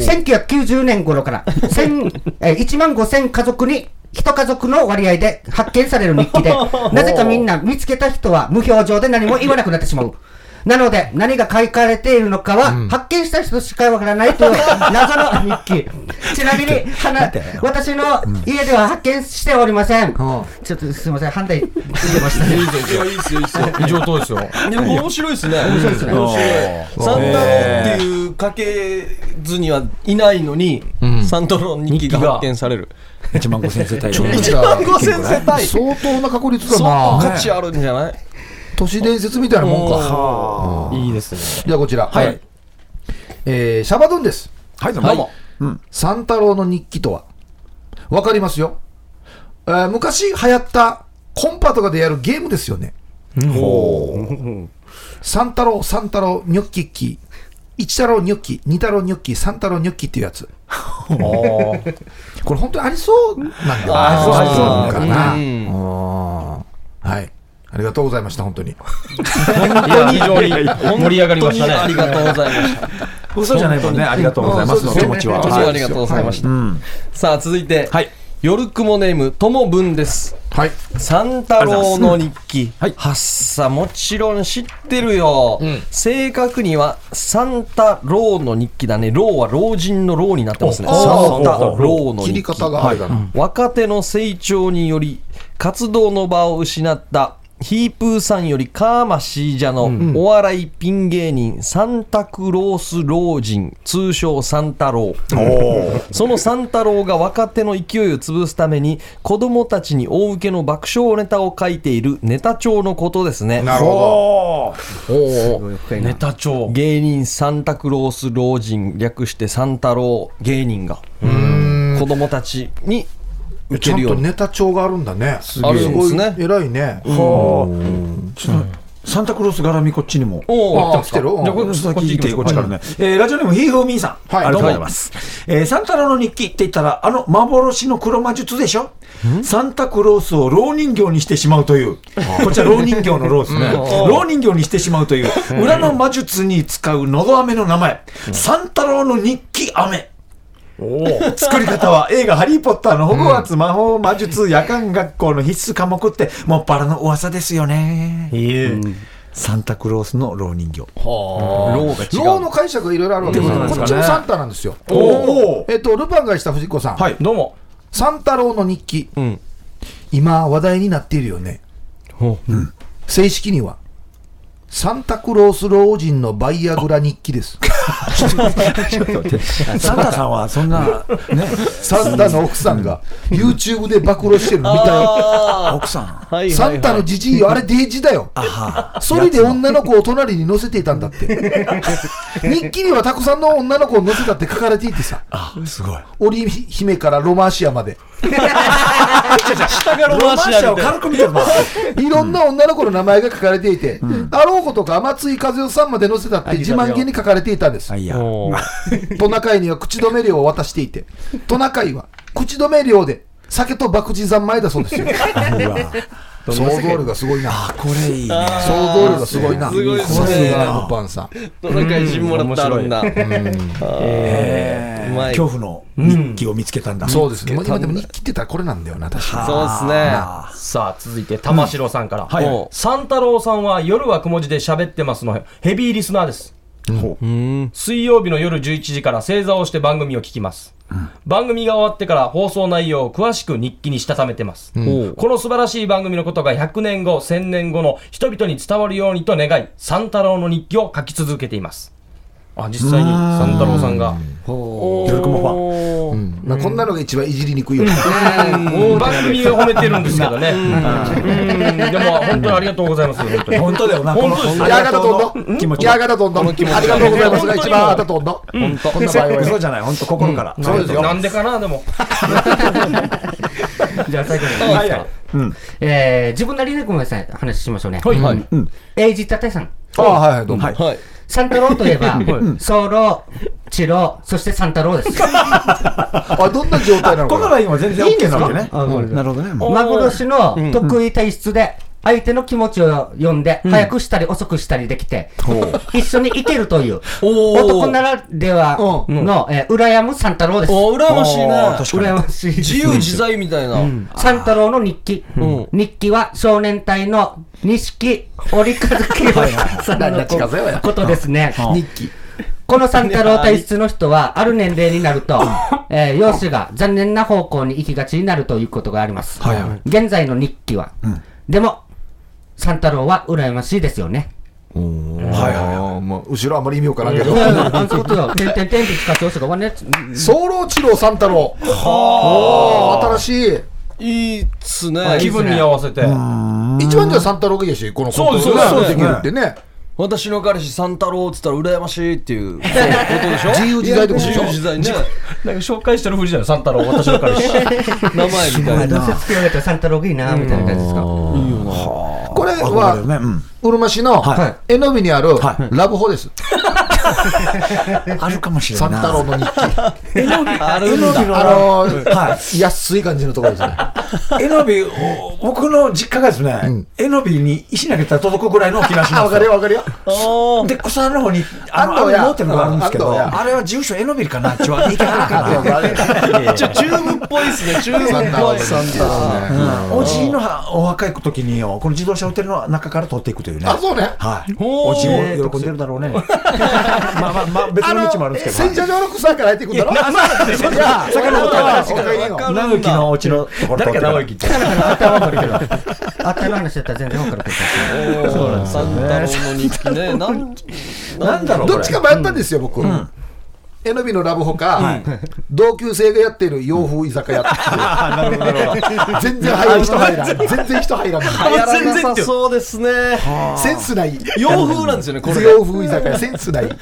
S5: 1990年頃から1000えー1万5000家族に1家族の割合で発見される日記で、なぜかみんな見つけた人は無表情で何も言わなくなってしまう。なので、何が書かれているのかは、発見した人しかわからないという 謎の日記。ちなみに、はな私の家では発見しておりません。ちょっとすみません、判断言ってましたね。
S1: いいですよ、いいですよ。
S2: 以上とですよ。
S1: でも面白いですね。面白いですね。サンタロっていう家系図にはいないのに、サンタロの日記が発見される。
S4: 1万5000世帯
S3: ょ
S4: で
S3: っ
S1: 1万5000世帯相
S3: 相当な確率だ
S1: 当
S3: な。
S1: 価値あるんじゃない
S3: 都市伝説みたいなもんか。
S2: いいですね。
S3: じゃあこちら。はい。えーシャバドゥンです。
S4: はい、どう
S1: どう
S4: も
S1: も。。
S3: 三太郎の日記とは。わかりますよ。えー昔流行ったコンパとかでやるゲームですよね。三太郎、三太郎、ニョッキッキ。一太郎ニョッキ、二太郎ニョッキ、三太郎ニョッキっていうやつ。 これ本当にありそうなんだよね。あ
S2: そうあ
S3: りそうかな。うんはい。ありがとうございました、本当に。
S2: いや、非常に盛り上がりましたね。
S1: ありがとうございました。
S4: 嘘じゃないもんね。ありがとうございます。
S3: うん
S4: お気持ちは。
S1: 本当にあり
S4: は
S1: がとうございました。さあ、続いて、
S4: はい
S1: 夜雲ネーム、ともぶんです。
S3: はい。
S1: 三太郎の日記。
S4: ありがとうございますは
S1: はっさ、
S4: い
S1: もちろん知ってるよ。正確には、三太郎の日記だね。郎は老人の郎になってますね。
S4: お
S1: 三太郎の
S3: 切
S1: 日
S3: り
S1: 記。
S3: 方があるだな。
S1: 若手の成長により活動の場を失ったヒープーさんよりカーマシージャのお笑いピン芸人サンタクロース老人通称サンタローそのサンタローが若手の勢いを潰すために子供たちに大受けの爆笑ネタを書いているネタ帳のことですね
S3: なるほ
S2: ネタ帳。
S1: 芸人サンタクロース老人略してサンタロー芸人が子供たちに
S3: ど。
S1: 受け
S3: ちゃ
S1: る
S3: ん
S1: よう
S3: と
S1: に
S3: ネタ帳があるんだね。す
S1: げえ
S3: ごい
S1: あるんですね
S3: 偉いね。
S4: ちょっとサンタクロース絡みこっちにも。
S1: おう
S3: ああ、来てる
S4: じゃあこれちょっと聞いてこっちからね。えーラジオネームヒーフーミーさん。
S3: はい
S4: ありがとうございます。えーサンタロの日記って言ったら、あの幻の黒魔術でしょサンタクロースを老人形にしてしまうという。こちら老人形のロースね。老人形にしてしまうという、裏の魔術に使うのど飴の名前。サンタロの日記飴。作り方 は映画「ハリー・ポッター」のホグワーツ魔法魔術夜間学校の必須科目ってもっぱらの噂ですよね。サンタクロースの老人形。
S1: ローが違う
S3: ローの解釈がいろいろあるわけです
S4: ってことなんです
S3: こ
S4: か
S3: っ
S4: ね
S3: ちもサンタなんですよ。
S4: おお
S3: えっと、ルパンがした藤子さん、
S4: はい。
S2: どうも。
S3: サンタロウの日記、
S1: ん
S3: 今話題になっているよね。
S1: ほ
S3: 正式には、サンタクロース老人のバイアグラ日記 です。
S4: サンタさんはそんな、ね、
S3: サンタの奥さんが YouTube で暴露してるみた
S1: あ
S4: 奥さん。
S1: ーはい
S3: い。
S1: はい
S3: サンタのじじいよ、あれデージだ よ。それで女の子を隣に乗せていたんだ って。日記にはたくさんの女の子を乗せたって書かれていてさ、
S4: あ、すごい。
S3: 織姫からロマーシアまで。
S1: 下がロマ
S4: ロマ
S1: ン
S4: ンシ
S1: シ
S4: ャ
S1: ア
S4: を
S1: みたい
S4: 軽く見てるな。
S3: いろんな女の子の名前が書かれていて、あろうことか、天津和代さんまで載せたって自慢げに書かれていたんです
S4: あ、。いや
S1: な。おー
S3: トナカイには口止め料を渡していて、トナカイは口止め料で酒と博打三昧だそうですよ。想像力がすごいな。
S4: あ、これいいね。
S3: 想像力がすごいな。
S1: すごいですね
S3: さすがルパンさん。
S1: トナカイ自信もらってあるんだ。
S4: え
S1: うま
S4: ー
S1: い
S4: 恐怖の日記を見つけたんだ。
S3: そうですね。もう今でも日記って言ったらこれなんだよな、確か
S1: そうですね。
S2: さあ、続いて、玉城さんから。
S1: い
S2: お三太郎さんは夜はくも字で喋ってますのヘビーリスナーです。水曜日の夜11時から正座をして番組を聞きます。番組が終わってから放送内容を詳しく日記にしたためてます。この素晴らしい番組のことが100年後、1000年後の人々に伝わるようにと願い、三太郎の日記を書き続けています。あ、実際に三太郎さんが。
S4: 夜雲ファン。
S3: に。まあこんなのが一番いじりにくいよね。
S2: 番組を褒めてるんですけどね。うんでも本当にありがとうございます。本当に。
S4: 本当だよな、この
S2: 本当です
S3: やがたとんど。
S4: 気持ち。
S3: やがたとんど。ありがとうございますが一番あがたとんど。こんな場合はよ
S4: 嘘。じゃない、本当心から。
S3: そうですよ。
S2: なんでかなでも。
S5: じゃあ最後に。
S4: はいはい。
S5: えー自分なりにごめんなさい、話しましょうね。
S2: はいはい
S5: うん。エイジタテさん。
S3: ああ、はいはい、どうも。
S4: はい。
S1: はい。
S5: サンタロウといえば、ソロ、チロ、そしてサンタロウです。
S3: あ、どんな状態なの
S4: この
S3: かな
S4: ラインは全然 OK なわけね。
S5: あごめんなさい
S4: なるほどね。もう
S5: 幻の得意体質で、相手の気持ちを読んで、早くしたり遅くしたりできて、一緒に行けるという、男ならではの、えー、羨む三太郎です。
S1: お羨ましいな
S5: 羨ましいです。
S1: 自由自在みたいな、
S5: 三太郎の日記。日記は少年隊の錦織一清さんのことですね。
S3: 日記。
S5: この三太郎体質の人は、ある年齢になると、えー、容姿が残念な方向に行きがちになるということがあります。
S4: はいはい
S5: 現在の日記は、でも、三太郎は羨ましいですよね。
S3: はいはい。もう後ろあんまり意味わからんけど。
S5: あそういうことよ。てんてんてんって使ってほしいからね。
S3: 早漏治郎三太郎。はあ。新しい。
S1: いいっすね、
S2: 気分に合わせて。
S3: 一番じゃあ三太郎がいいし、このコント
S2: そうですそうです
S3: できるってね。
S1: 私の彼氏三太郎っつったら羨ましいっていうことでしょ
S3: 自由自在ってことで
S1: 自
S3: しょ
S1: 由自在ね
S2: なんか紹介してるふりじゃない三太郎、私の彼氏。
S1: 名前みたい
S5: どう
S1: な
S5: せ付き合われたら三太郎がいいな、みたいな感じですか。
S3: これ
S4: あそうだよねう
S3: は
S4: ん、
S3: うるま市の
S4: は
S3: 絵の海にあるラブホです。
S4: あるかもしれな
S3: 三
S4: い。
S3: 太郎の日記。
S1: あるんだ
S3: あのー、安い感じのところですね。
S4: えのび、お僕の実家がですね、えのびに石投げたら届くぐらいの気がし
S3: あ、
S4: ま
S3: わ
S4: す
S3: かるよわかるよ。
S4: で、小沢の方に、あ
S3: 安
S4: の、あ
S3: 藤
S4: の
S3: や
S4: モーテルがあるんですけ
S3: うん
S4: ど、
S3: 安藤や
S4: あれは住所えのびかなちょ、いけな
S3: ある
S4: か
S3: よあるよ
S4: な
S1: ちょチューブっぽいっすねチューブっ
S3: 三太郎
S1: ぽ
S3: の
S1: い
S3: 日記ですね。
S4: おじいのはお若い時によ、この自動車ホテルの中から取っていくというね。
S3: あ、そうね。
S4: はい。
S1: ほ
S4: お
S1: う
S4: じいも喜んでるだろうね。まあまあまあ、別
S3: あ
S4: の
S3: の
S4: 道もあるんですけど
S3: 洗。車場の草から入っていくんだろいや、魚の話がいいよ。
S4: 直行のお家のところ
S2: 誰か直
S4: 行
S2: 行って。
S5: あったの話だったら全然分かるけど。
S1: そうなんですよね三太郎の日記ねなん
S4: なんだろう
S3: どっちか迷ったんですよ、僕。えのびのラブホか、同級生がやっている洋風居酒屋っていう全然入らん人入らん全然人入ら
S1: 流行
S3: な
S1: らなさそうですね
S3: いセンスない
S1: 洋風なんですよねこれ
S3: 洋風居酒屋センスない
S4: こ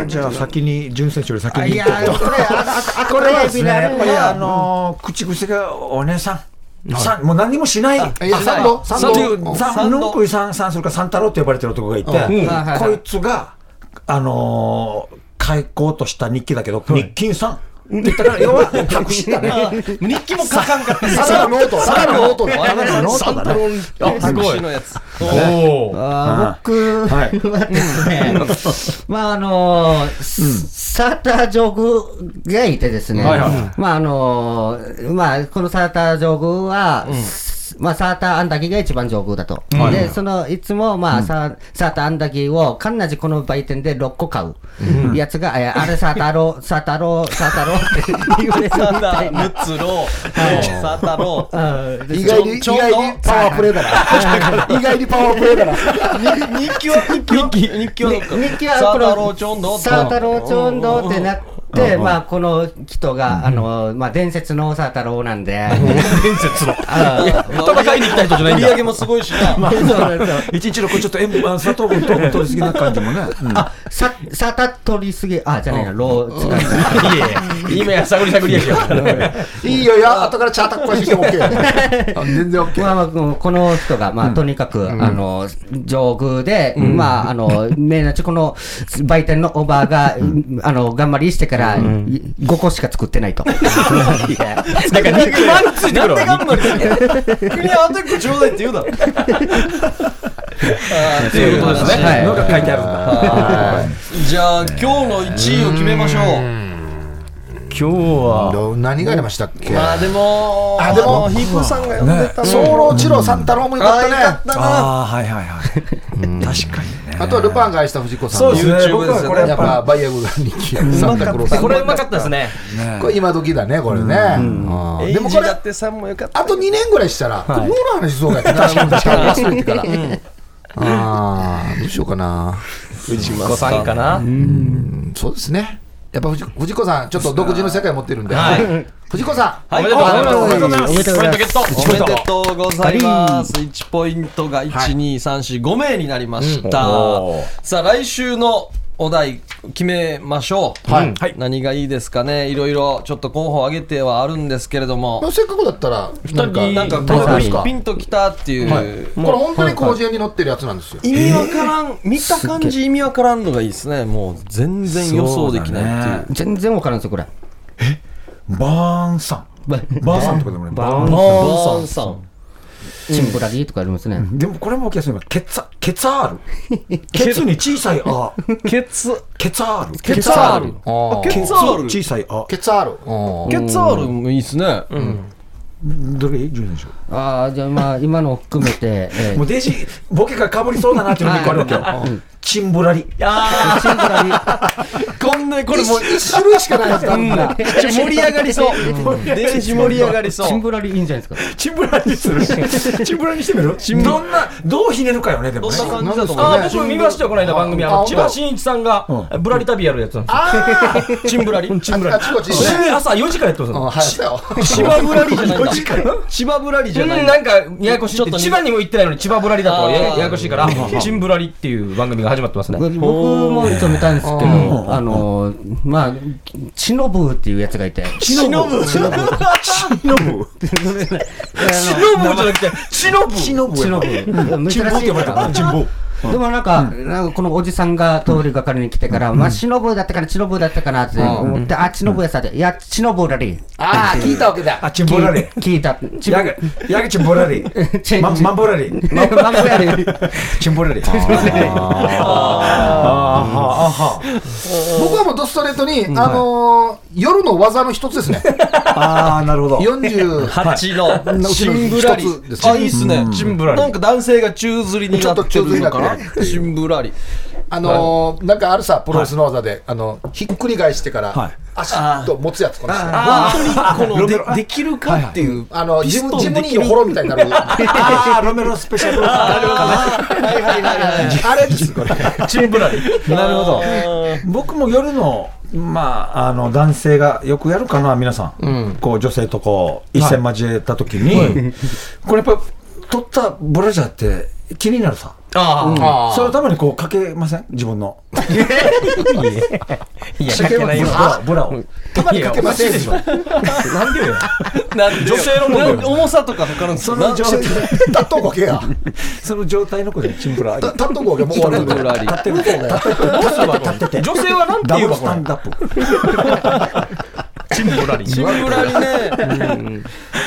S4: れじゃあ先に、純選手より先
S5: い
S4: に行
S5: や
S4: っとく
S5: ー、これ、あ、あ、これはですね、
S4: やっぱりあのー口癖がお姉さん、さんもう何にもしない、あ
S3: いや
S4: 三郎、三
S1: 三郎
S4: 郎、
S1: 三
S4: 三
S1: 郎
S4: 郎、くいさん、さんそれから三太郎って呼ばれてる男がいて、
S5: んはいはい
S4: こいつが、あのー、書こうとした日記だけど、日記さん。だから要は白紙だね。
S1: 日記も書かんかった
S3: 佐賀の音佐賀の音
S1: あれ
S4: ノート
S1: 三
S4: だ
S1: 太
S4: ね
S1: 郎の日記作詞のやつ
S2: おお。
S5: あー僕 はですね、 まああのーサータージョグがいてですね、まああのーまあこのサータージョグは、まあ、サーターアンダギーが一番上空だと。で、その、いつも、まあ、サーサーターアンダギーを、かんなじこの売店で6個買うやつが、えあれサーターロー、サーターロー、サーターローって言われてる
S1: サ
S5: み
S1: タ
S5: たいな。
S1: ムツロサタロ
S5: うん
S3: 意外に意外にパワープレイだな意外にパワープレイだな
S1: 日記は日記は日記はどっか
S5: 日記は
S1: サ
S5: この
S1: タローチョンド
S5: サータローチョンドーってなって、まあ、この人が、あの、まあ、伝説のサータローなんで、
S2: 伝説の。
S5: あ
S1: 戦いに来た人じゃないんだ売り上げもすごいしな
S5: そうなんですよ
S4: 一日のこれちょっと塩分、あ砂糖分、糖分取りすぎな感じもね。
S5: あ、さ、サータ取りすぎ、あ、じゃないな、ロー、違う。
S2: いえいえ、 今や探り探りやけど。
S3: いいよいや後からチャータッコして OK 全然 OK
S5: まあまあこのこの人が、まあ、とにかく、あの、上空で、まあ、あの、めなちこの売店のおばあが、あの、頑張りしてから、5個しか作って ないと。
S2: なんか日記丸ついてくるわ。
S1: 頑張る国はあと一個ちょうだいって言うだろということですね
S5: はい
S4: のが書いてあるんだ。
S1: じゃあ今日の1位を決めましょう
S2: 今日は、
S3: どう何がありましたっけ
S1: まあでも
S3: あでも
S1: あのヒープーさんが呼んでた
S3: 早漏治郎三太郎もよ
S1: あ
S3: かっ
S1: あ
S3: た
S1: よ
S3: ね
S1: かったな
S4: ああ、はいはいはい。確かにね。
S3: あとはルパンが愛した藤子さん
S4: そうですね、
S1: YouTube
S4: 僕はこれ
S3: や
S4: や
S3: っ
S4: っぱ
S3: ぱバイアグラ人気やサンタクロース
S2: これうまかったですね。
S4: ね
S3: これ今時だねこれねあー
S1: エイ
S3: で
S1: ジ
S3: もこれ
S1: だってさんもよかった
S3: あと2年ぐらいしたらこれ脳の話しそうやった確かに確かに忘れてからああどうしようかな
S2: ご参加かな。
S3: うんそうですねやっぱ藤子藤子さんちょっと独自の世界持ってるんで
S2: はい
S3: 藤子さん
S2: おめでとうございます。おめでとうございます。ポイントゲット。
S1: おめでとうございます。1ポイントが1、2、3、4、5名になりました。さあ、来週のお題決めましょう。
S3: はい
S1: 何がいいですかね。いろいろちょっと候補を挙げてはあるんですけれど
S3: まあ
S1: も。
S3: せっかくだったらなんか
S1: なんか
S3: どうです
S1: こ
S3: か
S1: うピンときたっていう、
S3: これ本当に広辞苑に載ってるやつなんですよ
S1: 意味わからん、見た感じ意味わからんのがいいですねもう全然予想できないっていう
S5: 全然わからんですよ、これ。
S4: バーンさん。バーンさんとかでもね。
S1: バーンさん
S5: チンブラリーとかありますね。
S4: でもこれも起きやすいのが、ケツァ、ケツァール。ケツに小さい あ。
S1: ケツ、
S4: ケツァール。
S1: ケツァール。あー
S4: ケツァール。小さいあ。
S3: ケツアール。
S1: ケツァールもいいですね。うん。
S4: どれ、順でしょ
S5: ああ、じゃあまあ、今のを含めて、え
S4: う。もう、デジ、ボケがかぶりそうだな っていうのが一個あるわけよ。チンブラリ。
S5: ー、チンブラリー。
S1: こんな、これもう、
S3: 一種類しかないですから。
S1: ちょ盛り上がりそう。 電子盛り上がり
S5: チ
S1: そ
S5: ン
S1: う。
S5: ブラリーいいんじゃないですか。
S4: チンブラリにす る。チンブラリにしてみるどんな、どうひねるかよね、でもね。
S1: どんな感じだと思
S2: あ
S1: う
S2: あ、僕見ましたよ、この間番組。あの、千葉真一さんが、ぶらり旅やるやつなんですよ。チンブラリチンブラ
S3: あ
S2: リ。
S3: ちこち。
S2: それ朝4時からやってますよ。
S3: はしたよ。
S1: 千葉ぶらりじゃないんだ。千葉ぶらりじ
S2: う
S1: ゃ
S2: ん、
S1: ないん
S2: な
S1: だ。
S2: んか、ややこしいって。千葉にも行ってないのに千葉ぶらりだとやややこしいから、チンブラリっていう番組が始まってますね。
S5: 僕も認めたんですけど、あのー、まあ、チノブーっていうやつがいて、
S1: 忍ぶ。忍ぶ。
S2: チノブじゃなくて、チノブ
S4: チノブ。
S5: チノブー。珍しいから
S4: チンブ。
S5: でもなんか、なんかこのおじさんが通りがかりに来てから、まあ、しのぶだったかな、ちのぶだったかなって思って、あ、ちのぶやさで、いや、ちのぶらり。
S7: ああ、聞いたわけだ。
S4: あ、チンブラリ。
S5: 聞いた。ち
S4: やが、や がチンブラリ。
S5: チ
S4: マン
S5: ン
S4: ブラリ。
S5: ままぶやり。
S4: チンブラリ。あー
S3: 僕はもうドストレートに、あのー、夜の技の一つですね。
S4: あー、なるほど。
S3: 40。
S1: 八のチンブラリ
S3: 一つで。すね
S1: あ、いいっすね。チンブラリ。なんか男性が宙吊りになってるのか
S3: ちょっと宙吊りになっ
S1: な。チンブラリ。
S3: あのー、なんかあるさ、プロレスの技で、あの、ひっくり返してから、足と持つやつ、この人
S1: 本当にこのでできるかっていう。
S3: あの、ジム、
S1: ピスト
S3: ジ
S1: ン
S3: ム
S1: で
S3: に
S1: きる
S3: よほろみたい になる。あ
S4: あー、ロメロスペシャル。
S3: れです、これ。
S2: チン ブラリ。
S4: なるほど。僕も夜の、まあ、あの、男性がよくやるかな、皆さん。こう、女性とこう、一戦交えたときに、これやっぱ、取ったブラジャーって気になるさ。
S2: あ
S4: そのためにこう、かけません自分の。
S2: あ。いや、かけないよ
S4: ブ。ラブラを。
S3: たまにかけませんでしょ。
S1: なんで女性の重さとか測るんです
S4: そ
S1: よ。
S4: の状態、
S3: たっとこけや。
S4: その状態のことでチンブラ。
S3: た
S4: 立
S3: たっとこけ、もう終わ
S1: チンブラ
S3: る。
S1: リ。
S4: ってる。立ってて。
S2: 女性はなんて
S4: ダ
S2: 言う
S4: ブル
S2: ば
S4: ス
S2: こ
S4: タ
S2: れ
S4: ン。ダップ。
S2: チンブラリ。
S1: チンブラリね。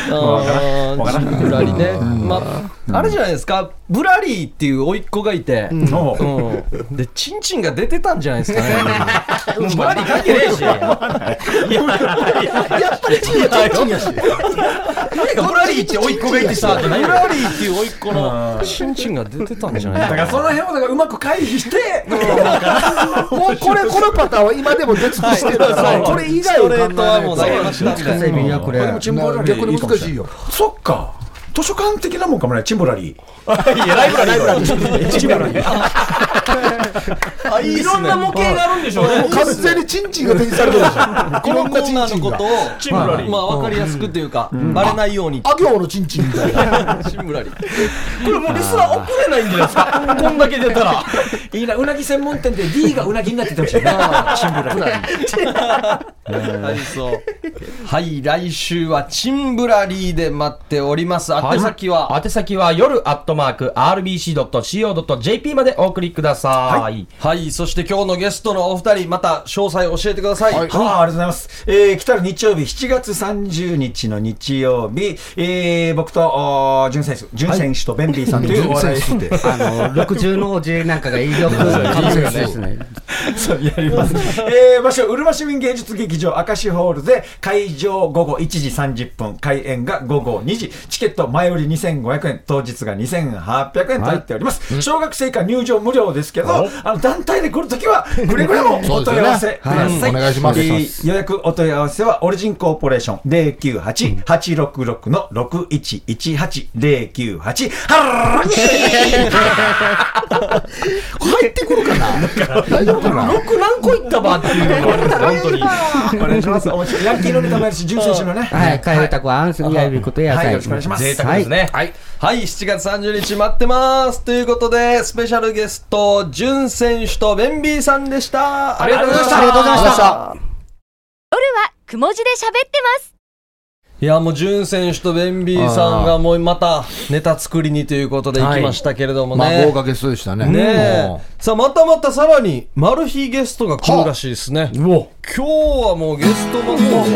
S1: あーチンブラリね。まあ、あれじゃないですか、ブラリーっていう甥っ子がいて、
S4: の
S1: うんで、チンチンが出てたんじゃないですかね。
S2: ブラリ関係ねえし。
S3: やっぱりチンやチンチンやし。
S1: ブラリーって甥っ子がいてさ、ブラリーっていう甥っ子のチンチンが出てたんじゃない
S4: だからその辺をだからうまく回避して、
S3: もうこれ、このパターンは今でも出尽くしてるから、これ以外
S1: スト
S3: を考
S1: レ
S3: え
S1: ートは
S3: ない
S1: もう
S3: と
S1: 投げましたん
S5: 近
S1: で
S5: いや、これ。
S4: でもチンブラリー
S3: 逆に難しいよ。
S4: そっか。図書館的なもんかもね、チンブラリー。
S2: いや、ライブラリ。
S1: あいいっすね
S2: いろんな模型があるんでしょうね。
S3: 完全にチンチンが手にされてるでしょ。
S1: このコーナーのことを、
S2: チンブラリ。
S1: まあ、わかりやすくというか、バレないように、
S3: あ行のチンチンみたいな。
S1: チンブラリ。
S2: これもうリスナー送れないんじゃないですか。 こんだけ出たら。
S4: いいな、うなぎ専門店で D がうなぎになっててほしいな。チンブラリー。
S1: ありそう。はい、来週はチンブラリーで待っております。宛先は、
S2: 宛先は夜アットマーク RBC.CO.JP までお送りください。
S1: はい、そして今日のゲストのお二人、また詳細教えてください。
S4: はい、ありがとうございます。えー、来たる日曜日、7月30日の日曜日、えー、僕と、おー、淳選手、淳選手とベンビーさんというお笑い師で、
S5: あの、60のおじなんかがいいよくかもしれないですね。
S4: そうやります。えー、場所、うるま市民芸術劇場、明石ホールで、会場午後1時30分、開演が午後2時、チケット前売り2500円、当日が2800円となっております。小学生以下入場無料ですけど、あの、団体で来るときは、くれぐれもお問い合わせくださ
S3: そうで
S4: い。
S3: すよねはいお願いします
S4: えー予約お問い合わせは、オリジンコーポレーション098-866の6118、098、はら
S3: 入ってくるかな大丈夫かな
S2: 僕何個言ったばっていうのがあります よ本当に。
S4: お願いします。お待ちヤンキーのネタもやるし、純選手のね。
S5: はい、帰りたくはアンスにやゆびことやさ
S4: はいよろしくお願いします
S2: 贅沢ですね。
S1: はい、はい、7月30日待ってます。ということで、スペシャルゲスト、ジュン選手とベンビーさんでした。ありがとうございました。
S2: ありがとうございました。
S6: 夜はくも字で喋ってます
S1: いや、もう、ジュン選手とベンビーさんが、もうまた、ネタ作りにということで行きましたけれどもね。
S3: まあ、豪華ゲストでしたね。
S1: ねえ。さあ、またまたさらに、マル秘ゲストが来るらしいですね。今日はもうゲストもそう。
S3: おー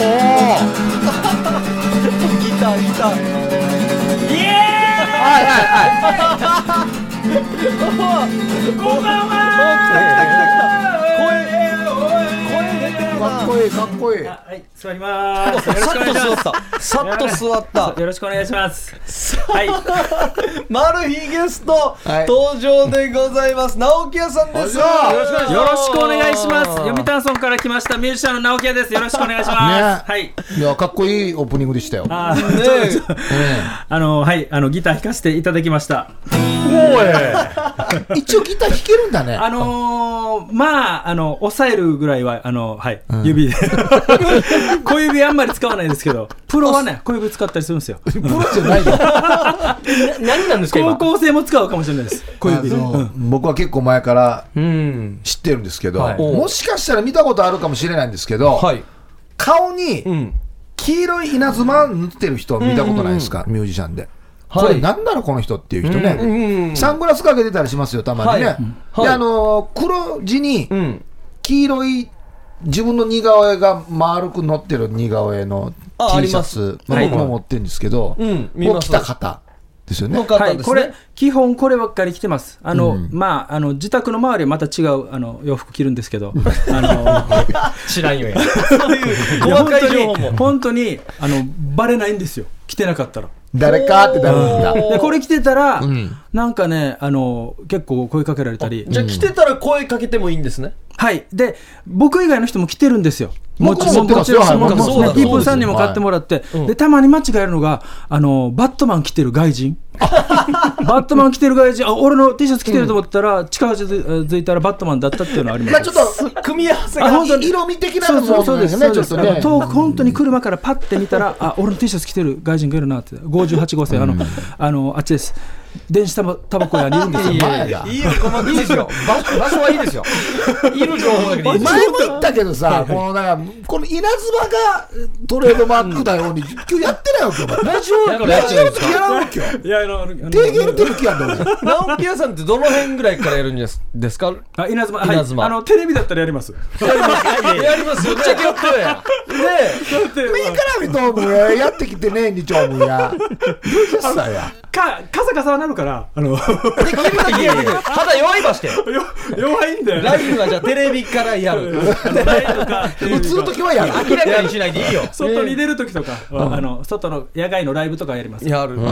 S1: ギター、ギター。
S3: あ、かっこいいかっこいい
S8: はい、座りまーす。よろし
S1: さ
S8: くお
S1: っ
S8: 願い
S1: と座
S8: します。
S1: ったさっと座った
S8: よろしくお願いします。はい、
S1: マルヒゲスト
S3: はい
S1: 登場でございます直木屋さんですよろしくお願い
S8: よろしくお願いします。読谷村から来ましたミュージシャンの直樹也です。よろしくお願いします。
S3: ね
S8: はい。
S3: いやかっこいいオープニングでしたよ
S8: あー
S1: ね
S8: あのはいあのギター弾かせていただきました。
S3: 一応ギター弾けるんだね
S8: あのー、まああの抑えるぐらいはあのはい、指で 小指あんまり使わないですけどプロはね小指使ったりするんですよ。
S3: プロじゃないよ
S2: 何なんですか
S8: 高
S2: 今
S8: 校生も使うかもしれないです。小
S3: あ
S8: 指。
S3: の僕は結構前から
S1: うん
S3: 知ってるんですけど、
S2: はい
S3: もしかしたら見たことあるかもしれないんですけど、
S1: はい
S3: 顔に
S1: うん
S3: 黄色い稲妻塗ってる人見たことないですか、ミュージシャンで。これなんだろうこの人っていう人ね、
S1: うん
S3: サングラスかけてたりしますよたまにね、
S1: はいはい
S3: であのー黒地に
S1: うん
S3: 黄色い自分の似顔絵が丸く乗ってる似顔絵の
S1: あ
S3: T シャツ
S1: あります
S3: 僕も持ってるんですけど、
S1: うん見
S3: もう
S1: ます
S3: 着た方ですよね
S1: の方
S8: は
S1: です
S8: い、
S1: ね
S8: これ、基本こればっかり着てます。あの、
S3: うん
S8: まあ、あの自宅の周りはまた違うあの洋服着るんですけど、あの
S2: 知らんよやそういう細かい情報も
S8: 本当にあのバレないんですよ。着てなかったら。
S3: 誰かってなるんだ
S1: おー
S8: でこれ着てたら、
S3: ん
S8: なんかねあの結構声かけられたり、
S1: じゃあ来てたら声かけてもいいんですね
S8: はい。で僕以外の人も着てるんですよ。
S3: 僕も持
S8: ろ
S3: っ
S8: ん
S3: てま
S8: も
S3: す
S8: ち
S3: よ
S8: ろんそ
S1: は
S8: う
S1: い
S8: なんです
S1: 僕もそうだ
S8: ね。キープ
S1: そう
S8: ー
S1: です
S8: さんにも買ってもらって、でたまに間違えるのがあのバットマン着てる外人。バットマン着てる外人、あ俺の T シャツ着てると思ったら、近づいたらバットマンだったっていうのはあります。
S3: まあちょっと
S1: 組み合わせ
S8: あ本当に
S3: 色味的な
S8: そ
S3: の
S8: うそうそ
S3: も
S8: う
S3: あるん
S8: で
S3: です
S8: す
S3: ね
S8: そうで
S3: ち
S8: す
S3: ょっ
S8: あ
S3: とね
S8: の遠く本当に車からパッて見たらあ俺の T シャツ着てる外人がいるなって58号線あのあのあっちです電子タバタバコ屋にいるんですよ
S3: 前だ
S1: いいよ細かいですよ
S7: 場場所はいいですよ。
S2: いる情報だけでいい
S3: 前も言ったけどさ、このなんか、この稲妻がトレードマークだように、今日やってないわけよ、お前ラジオだからやってないやらんわけよ。
S8: いやあのあの
S3: 提言の手抜きやんだ、 俺。
S1: 直木屋さんってどの辺ぐらいからやるんですですか
S8: あ稲妻はい
S1: 稲妻
S8: あのテレビだったらやります
S1: やりますよね。
S3: いいからみとおむや、やってきてねえ、二丁 分や。50歳や。
S8: かカサカサなるからあの
S1: いやいや肌弱いばして。
S8: 弱いんだよ
S1: ライブはじゃあテレビからやる。
S3: 映るときはやる。
S1: 明らかにしないでいいよ。
S8: 外に出る時とかはあの外の野外のライブとかやります
S1: やる、ラ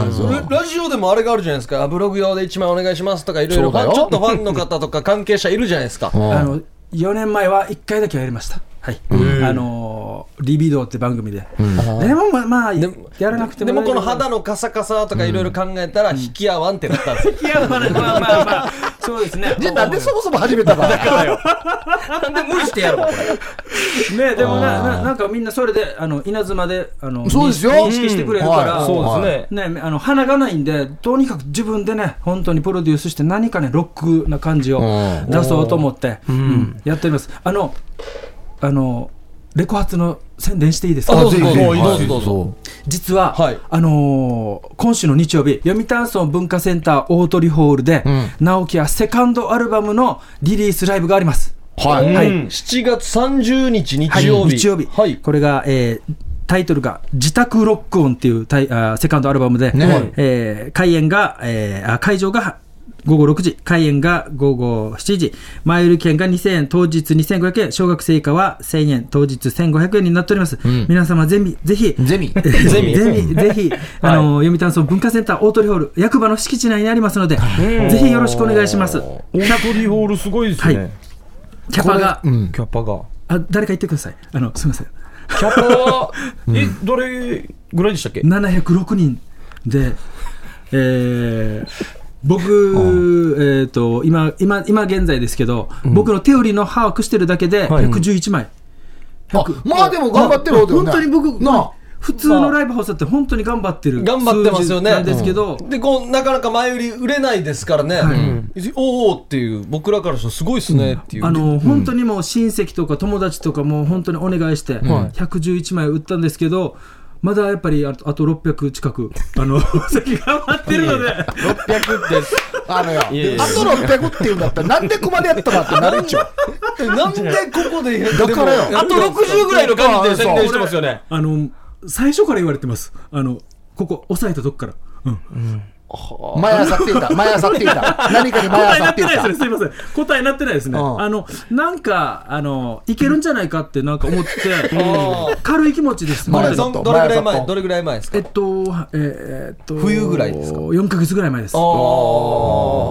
S1: ラジオでもあれがあるじゃないですか、あブログ用で1枚お願いしますとか、いろい
S3: そう
S1: ろフ
S3: だよ
S1: ァンちょっとファンの方とか関係者いるじゃないですか。
S8: あの4年前は1回だけはやりましたはいあのリビドーって番組ででもまあまあやらなくても
S1: でもこの
S8: 大丈夫
S1: 肌のカサカサとかいろいろ考えたら、引き合わんってなったん ですよ。
S8: いや、まあ、まあ、まあ、まあ、そうですね。
S3: じゃあなんでそもそも始めたか
S1: なんで無理してやるのこれ。
S8: ね、でもな、な、なんかみんなそれで、あの、稲妻で、あの、
S3: そうですよ
S8: 認識してくれるから。
S3: うんはいそう
S1: です
S8: ね、あの、花がないんで、とにかく自分でね、本当にプロデュースして、何かね、ロックな感じを
S3: うん
S8: 出そうと思って、うんやっております。あの、あの、レコ発の宣伝していいですか
S1: あどうぞどうぞどうぞ
S3: ぞ。
S8: 実は、
S1: はい
S8: あのー今週の日曜日読谷村文化センター大鳥ホールで、直樹はセカンドアルバムのリリースライブがあります。
S3: は
S1: うん
S3: い。
S1: 7月30日
S8: はい
S1: 日曜日。
S8: 日曜日、
S1: はい。
S8: これが、えータイトルが「自宅ロックオン」っていうタイあーセカンドアルバムで、
S3: ね
S8: えー開演が、えーあ会場が午後6時開演が午後7時前売り券が2000円当日2500円小学生以下は1000円当日1500円になっております、皆様ぜひ ぜひ
S3: ゼミ。
S8: ゼミぜひ、ぜひ、あの、読谷村文化センター大鳥ホール、役場の敷地内にありますので、ぜひよろしくお願いします。は
S9: 大鳥ホールすごいです
S8: い
S9: ね、。
S8: キャパが、
S3: うん。
S9: キャパが
S8: あ、誰か言ってください。あの、すみません。
S9: キャパはえどれぐらいでしたっけ
S8: 706人で、えー僕、えー、と今今今現在ですけど、僕の手売りの把握してるだけで111枚、
S3: あまあでも頑張ってる方だよ
S8: 本
S3: ね
S8: 当に僕、
S3: なあ
S8: 普通のライブ放送って本当に頑張ってる
S1: 頑張ってますよね
S8: 数字なんですけど、
S1: でこうなかなか前売り売れないですからね、うんおーおーっていう、僕らからしたらすごいっすねっていう、
S8: あの本当にもう親戚とか友達とかもう本当にお願いして、111枚売ったんですけど、まだやっぱりあとあと600近く、あの 席が余ってるので、
S3: あのよ、あと600っていうんだったら、なんでここまでやったかってなるっちゃう。
S1: えなんでここで、
S3: だからよ。
S1: あと60ぐらいの感じで宣伝してますよね、
S8: あの最初から言われてます、あのここ、押さえたとこから。うん
S3: 毎朝っていうた、毎朝っていうた、何かに毎朝っていう
S8: 答えになってな
S3: た
S8: いですね、。すみません、答えになってないですね、
S3: うん
S8: あのなんかあの、いけるんじゃないかってなんか思って、
S1: うん
S8: 軽い気持ちです、
S1: こ
S3: まだ
S1: れ
S8: 本当
S1: ど
S8: に
S1: んどれぐらい前どれぐらい
S3: 前里
S1: 前ですか
S8: えっと、えーっと、
S1: 冬ぐらいですか
S8: ?4 ヶ月ぐらい前です。
S1: あ
S8: で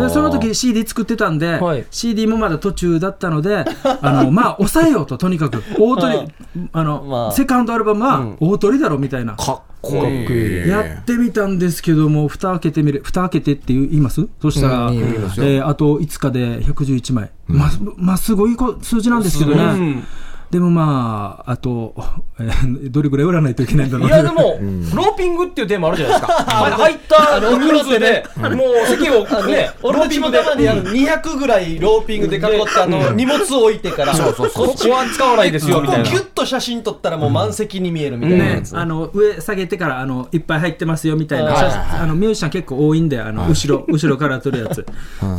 S8: その時 CD 作ってたんで、
S9: はい
S8: CD もまだ途中だったのであのまあ抑えようととにかく大
S1: は
S8: 鳥あの、
S1: まあ
S8: セカンドアルバムは大鳥だろみたいな、
S3: かっこいい。
S8: やってみたんですけども蓋開けてみる蓋開けてって言いますそしたら、
S3: うん
S8: え
S3: 言いますよ
S8: ーあと5日で111枚、ままあすごいこ数字なんですけどね、でもまああと、えーどれぐらい売らないといけないんだろう
S9: いやでも、ローピングっていうテーマあるじゃないですか。は入った人数で、もう席をね、
S1: 俺たちもたまにあの200ぐらいローピングで囲ったあの荷物置いてからこ
S9: こっちは使わないですよ
S1: こ
S9: み
S1: ギ
S9: たい
S1: ュ
S9: な。
S1: ッと写真撮ったらもう満席に見えるみたいなや
S8: ね
S1: つ、
S8: あの上下げてからあのいっぱい入ってますよみたいな、
S1: はいはい
S8: あのミュージシャン結構多いんであの後ろ後ろから撮るや つ、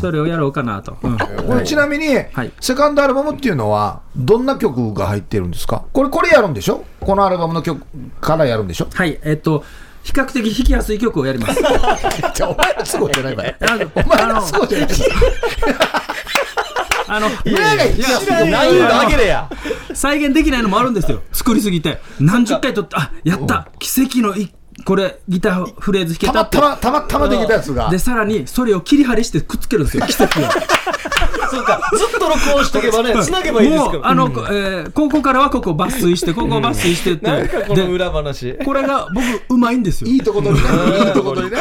S8: それをやろうかなと、うん
S3: これちなみに、
S8: い
S3: セカンドアルバムっていうのは、どんな曲が入ってるんですかこれ、これやるんでしょこのアルバムの曲からやるんでしょ
S8: はいえっと比較的弾きやすい曲をやります
S3: じゃあ、お前らすごいじゃないかよ。
S8: あの
S3: お前らすごいじゃないかよ。
S8: あの
S3: 親が一番
S9: 内容だけでや。
S8: 再現できないのもあるんですよ作りすぎて何十回撮ってあやった奇跡のいこれギターフレーズ弾け
S3: た
S8: た
S3: ま
S8: って
S3: たま、たまたまできたやつが
S8: で。さらにそれを切り張りしてくっつける んですよ奇跡を
S1: そうかずっと録音しとけばね繋げばいいですけ
S8: もう
S1: ど
S8: あの、えーここからはここ抜粋してここを抜粋してって
S1: なんかこ
S8: で
S1: の裏話
S8: これが僕うまいんですよ
S3: いいとこ取りね。いいとこ取りね。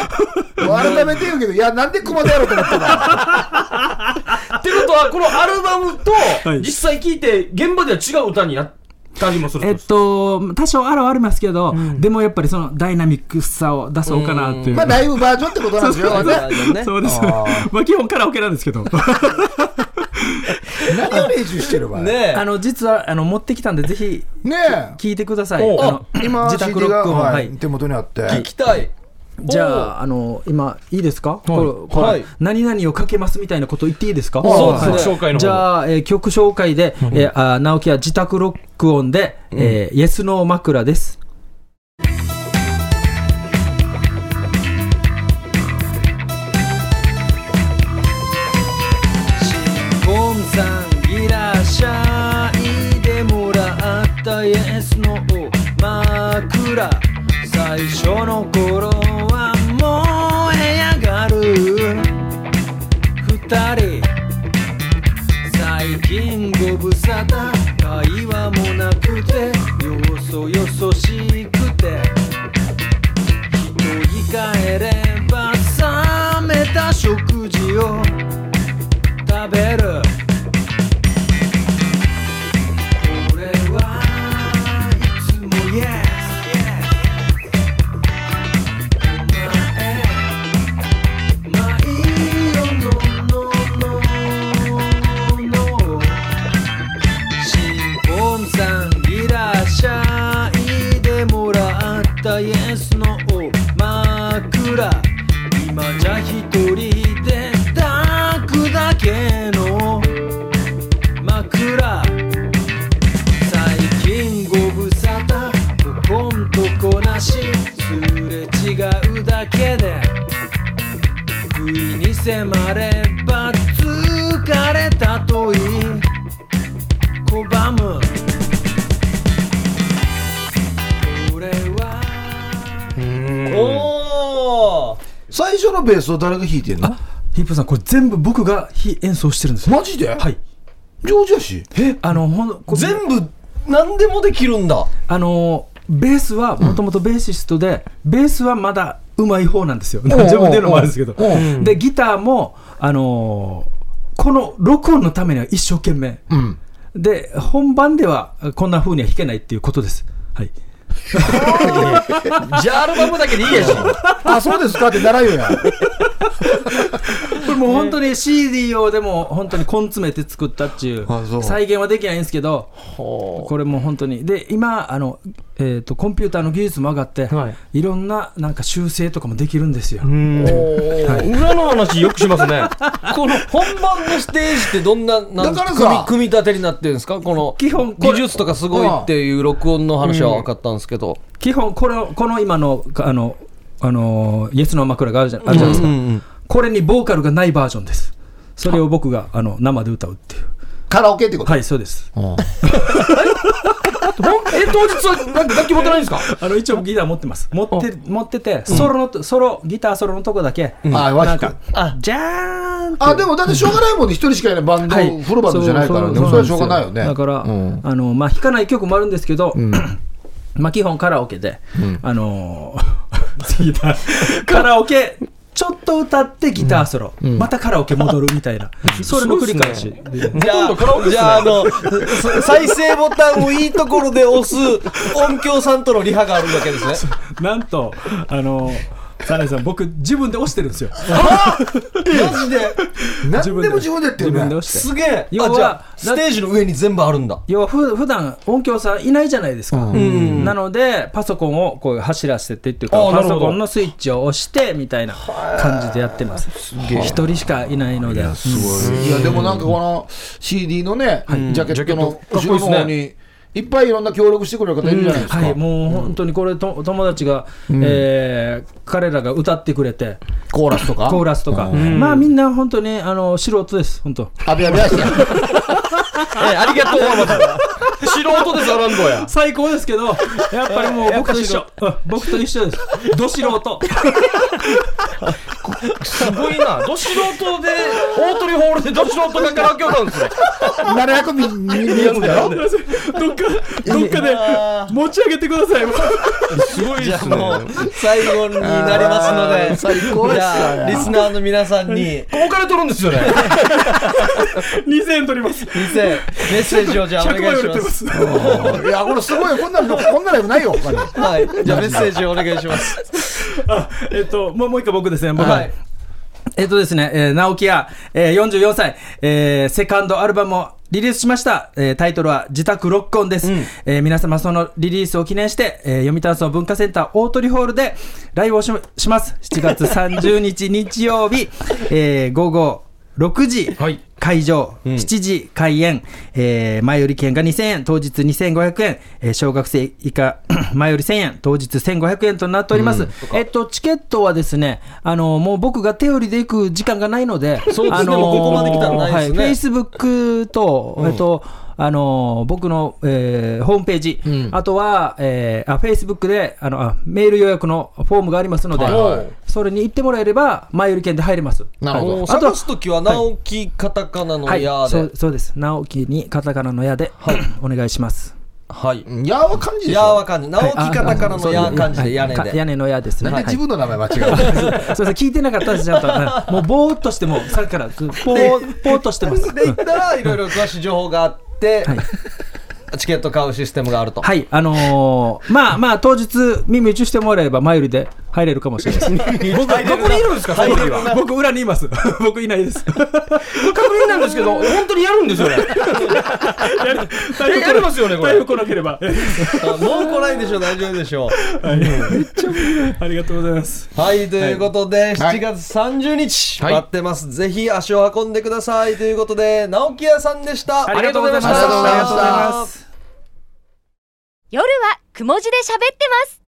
S3: もう改めて言うけど、いや、なんで熊田やろうと思ったんだ。
S9: ってことは、このアルバムと
S8: い
S9: 実際聴いて、現場では違う歌になったりもする
S8: えっと多少あらはありますけど、でもやっぱりそのダイナミックさを出そうかなっていう、
S3: まあ、ライブバージョンってことなんですよ。
S1: わざわざね
S8: そうです まあ基本カラオケなんですけど
S3: 何を練習してるわ。ね
S1: ね
S8: あの実はあの持ってきたんでぜひ
S3: え。
S8: 聞いてください
S9: お
S8: あの
S3: 今、
S8: 自
S3: CD
S8: 宅ロッ
S3: が、
S8: クを
S3: は、
S8: はいい
S3: 手元にあって。
S1: 聞きたい
S8: じゃああの今いいですか、これこれ
S1: はい
S8: 何々をかけますみたいなこと言っていいですか
S1: そうで
S9: 曲
S1: すね
S8: はい
S9: 紹介の方
S8: じゃあ、えー曲紹介で、えーあー直樹は自宅ロックオンで、えーイエスノー枕ですゴンさんいらっしゃいでもらったイエスの枕最初の頃は燃え上がる二人最近ご無沙汰会話もなくてよそよそしくて一人帰れば冷めた食事を食べるこれはいつも Yes Yes お前毎夜のののの新婚さんいらっしゃいでもらったイエスの枕今じゃ一人で抱くだけの枕最近ご無沙汰ここんとこなしすれ違うだけで不意に迫れば疲れたと言い拒む俺は
S1: おー
S3: 最初のベースを誰が弾いてんの
S8: ヒップさんこれ全部僕が非演奏してるんですよ
S3: マジで
S8: はい
S3: 上手やし。
S8: あのほんこ
S1: 全部何でもできるんだ
S8: あのベースはもともとベーシストで、ベースはまだ上手い方なんですよ、自分で言うのもあるんですけど、でギターも、あのーこの録音のためには一生懸命、で本番ではこんな風には弾けないっていうことです。はい
S9: じゃあアルバムだけでいいやし。
S3: あ、そうですかって習いよや。
S8: これもう本当に CD をでも本当に根詰めて作ったっていう
S3: あそう
S8: 再現はできないんですけどこれもう本当にで今あの、えー、とコンピューターの技術も上がって、、
S9: はい
S8: ろんななんか修正とかもできるんですよ、
S9: 裏の話よくしますね。
S1: この本番のステージってどんななん
S3: だからさ
S1: 組み組み立てになってるんですかこの
S8: 基本これ
S1: 技術とかすごいっていう録音の話は分かったんですけど、
S8: 基本このこの今のかあのあのーイエスの枕があるじゃあるじゃないですか、これにボーカルがないバージョンですそれを僕があの生で歌うっていう
S3: カラオケってこと
S8: はいそうです
S9: え、当日はなんか楽器持ってないんですか
S8: あの一応ギター持ってます持って持っててソロのと、ソロギターソロのとこだけ、
S3: あ、わ
S8: なん
S3: し
S8: か
S3: く。
S8: じゃーんって
S3: あ、でもだってしょうがないもんね、一人しかいないバンド、フルバンドじゃないからね、それはしょうがないよね。
S8: だから、
S3: うん
S8: あのまあ弾かない曲もあるんですけど、 まあ基本カラオケで、あの ーギターカラオケちょっと歌ってギターソロ、またカラオケ戻るみたいな、それの繰り返しで
S1: じゃあ、じゃあ、あの、す再生ボタンをいいところで押す音響さんとのリハがあるわけですね。
S8: なんとあのサライさん僕自分で押してるんですよ
S1: マジで、
S3: 何でも自分でやってる
S8: 自分で
S3: ね。
S8: 押して
S1: すげえ。
S8: 要
S1: あ、
S8: は
S1: じゃあ、ステージの上に全部あるんだ。
S8: 要はふ普段音響さんいないじゃないですか、
S1: ん
S8: なのでパソコンをこう走らせてっていう
S1: あ
S8: か
S1: ーなる
S8: パ
S1: ほど
S8: ソコンのスイッチを押してみたいな感じでやってます一人しかいないので
S3: いや、でもなんかこの CD のね、ジャケットの後ろの方に、いっぱいいろんな協力してくれる方いるじゃないですか。
S8: はい、もう本当にこれと友達が、えー彼らが歌ってくれて
S3: コーラスとか。
S8: コーラスとか、まあみんな本当にあの素人です本当
S3: あべあべあ して。
S9: え、ありがとう、マジで素人です、アランドや。
S8: 最高ですけどやっぱりもう僕と一緒うん僕と一緒ですど素 人
S9: すごいな。ど素 人で、大鳥ホールでど素人がカラオケを歌うん ですよ。
S3: 700人見るだろ
S8: どっか、どっかで持ち上げてください。
S1: すごいですね。最後になりますので、最高です。リスナーの皆さんに、
S9: お金取るんですよね。
S8: 2000円取ります。
S1: 店メッセージをじゃあお
S8: 100万
S1: 願い
S8: 円
S1: し
S8: 取
S1: ま。
S8: りま すす。
S3: いや、これすごい、こんなの、こんなライブないよ、他に
S1: はい。じゃあメッセージをお願い します。
S8: あえっと、もう、もう一回僕ですね。僕
S1: は。
S8: はいえっとですね、えー、直樹や、えー、44歳、えー、セカンドアルバムをリリースしました。えー、タイトルは自宅ロックオンです。えー、皆様そのリリースを記念して、えー、読谷村文化センター大鳥ホールでライブをしします。7月30日日曜日、えー、午後6時、会場、7時開演、えー前売り券が2000円、当日2500円、えー小学生以下、 前売り1000円、当日1500円となっております。えっと、チケットはですね、あのもう僕が手売りで行く時間がないので、
S1: そうですね
S8: あの
S1: もうここまで来たらないですね
S8: はい、Facebook と、えっと、あの僕の、えーホームページ、あとは、えー、あ Facebook であのあメール予約のフォームがありますので、それに行ってもらえれば、前売り券で入れます。
S3: なるほ
S1: も
S3: ど
S1: う。探すときは、直樹カタカナの
S8: はい、
S1: や
S8: そ
S1: ー
S8: う
S1: で。
S8: そうです直樹にカタカナの矢で、 お願いします
S1: はい。
S3: いやは感じでし
S1: やー
S3: ょ。
S1: は感じ。直樹カタカナのやー感じで、屋根
S8: か
S1: で。
S8: 屋根の矢ですね
S3: なんで
S8: はい
S3: 自分の名前間違える
S8: そうです聞いてなかったですちゃんとはいもうぼーっとしてもうさっきからずぼーぼーっとしてます
S1: で行ったらいろいろ詳しい情報があって、
S8: はい
S1: チケット買うシステムがあると。
S8: はいあのー、まあまあ当日耳打ちしてもらえれば前売りで入れるかもしれないです僕どこにいるんですか
S1: 入れるな
S8: 僕裏にいます 僕いないです
S9: 確認なんですけど、本当にやるんですよ ね。
S8: 台
S9: やりますよねこれ
S8: 風来なければ
S1: もう来ないでしょう、大丈夫でしょう。
S8: ありがとうございます
S1: はい、ということで、
S3: はい
S1: 7月30日、待ってます。ぜひ足を運んでください。ということで、直木屋さんでした。
S8: ありがとうございました
S1: ありがとうございまし
S3: ありがとうござ
S1: た
S3: いま。
S6: 夜はくも字で喋ってます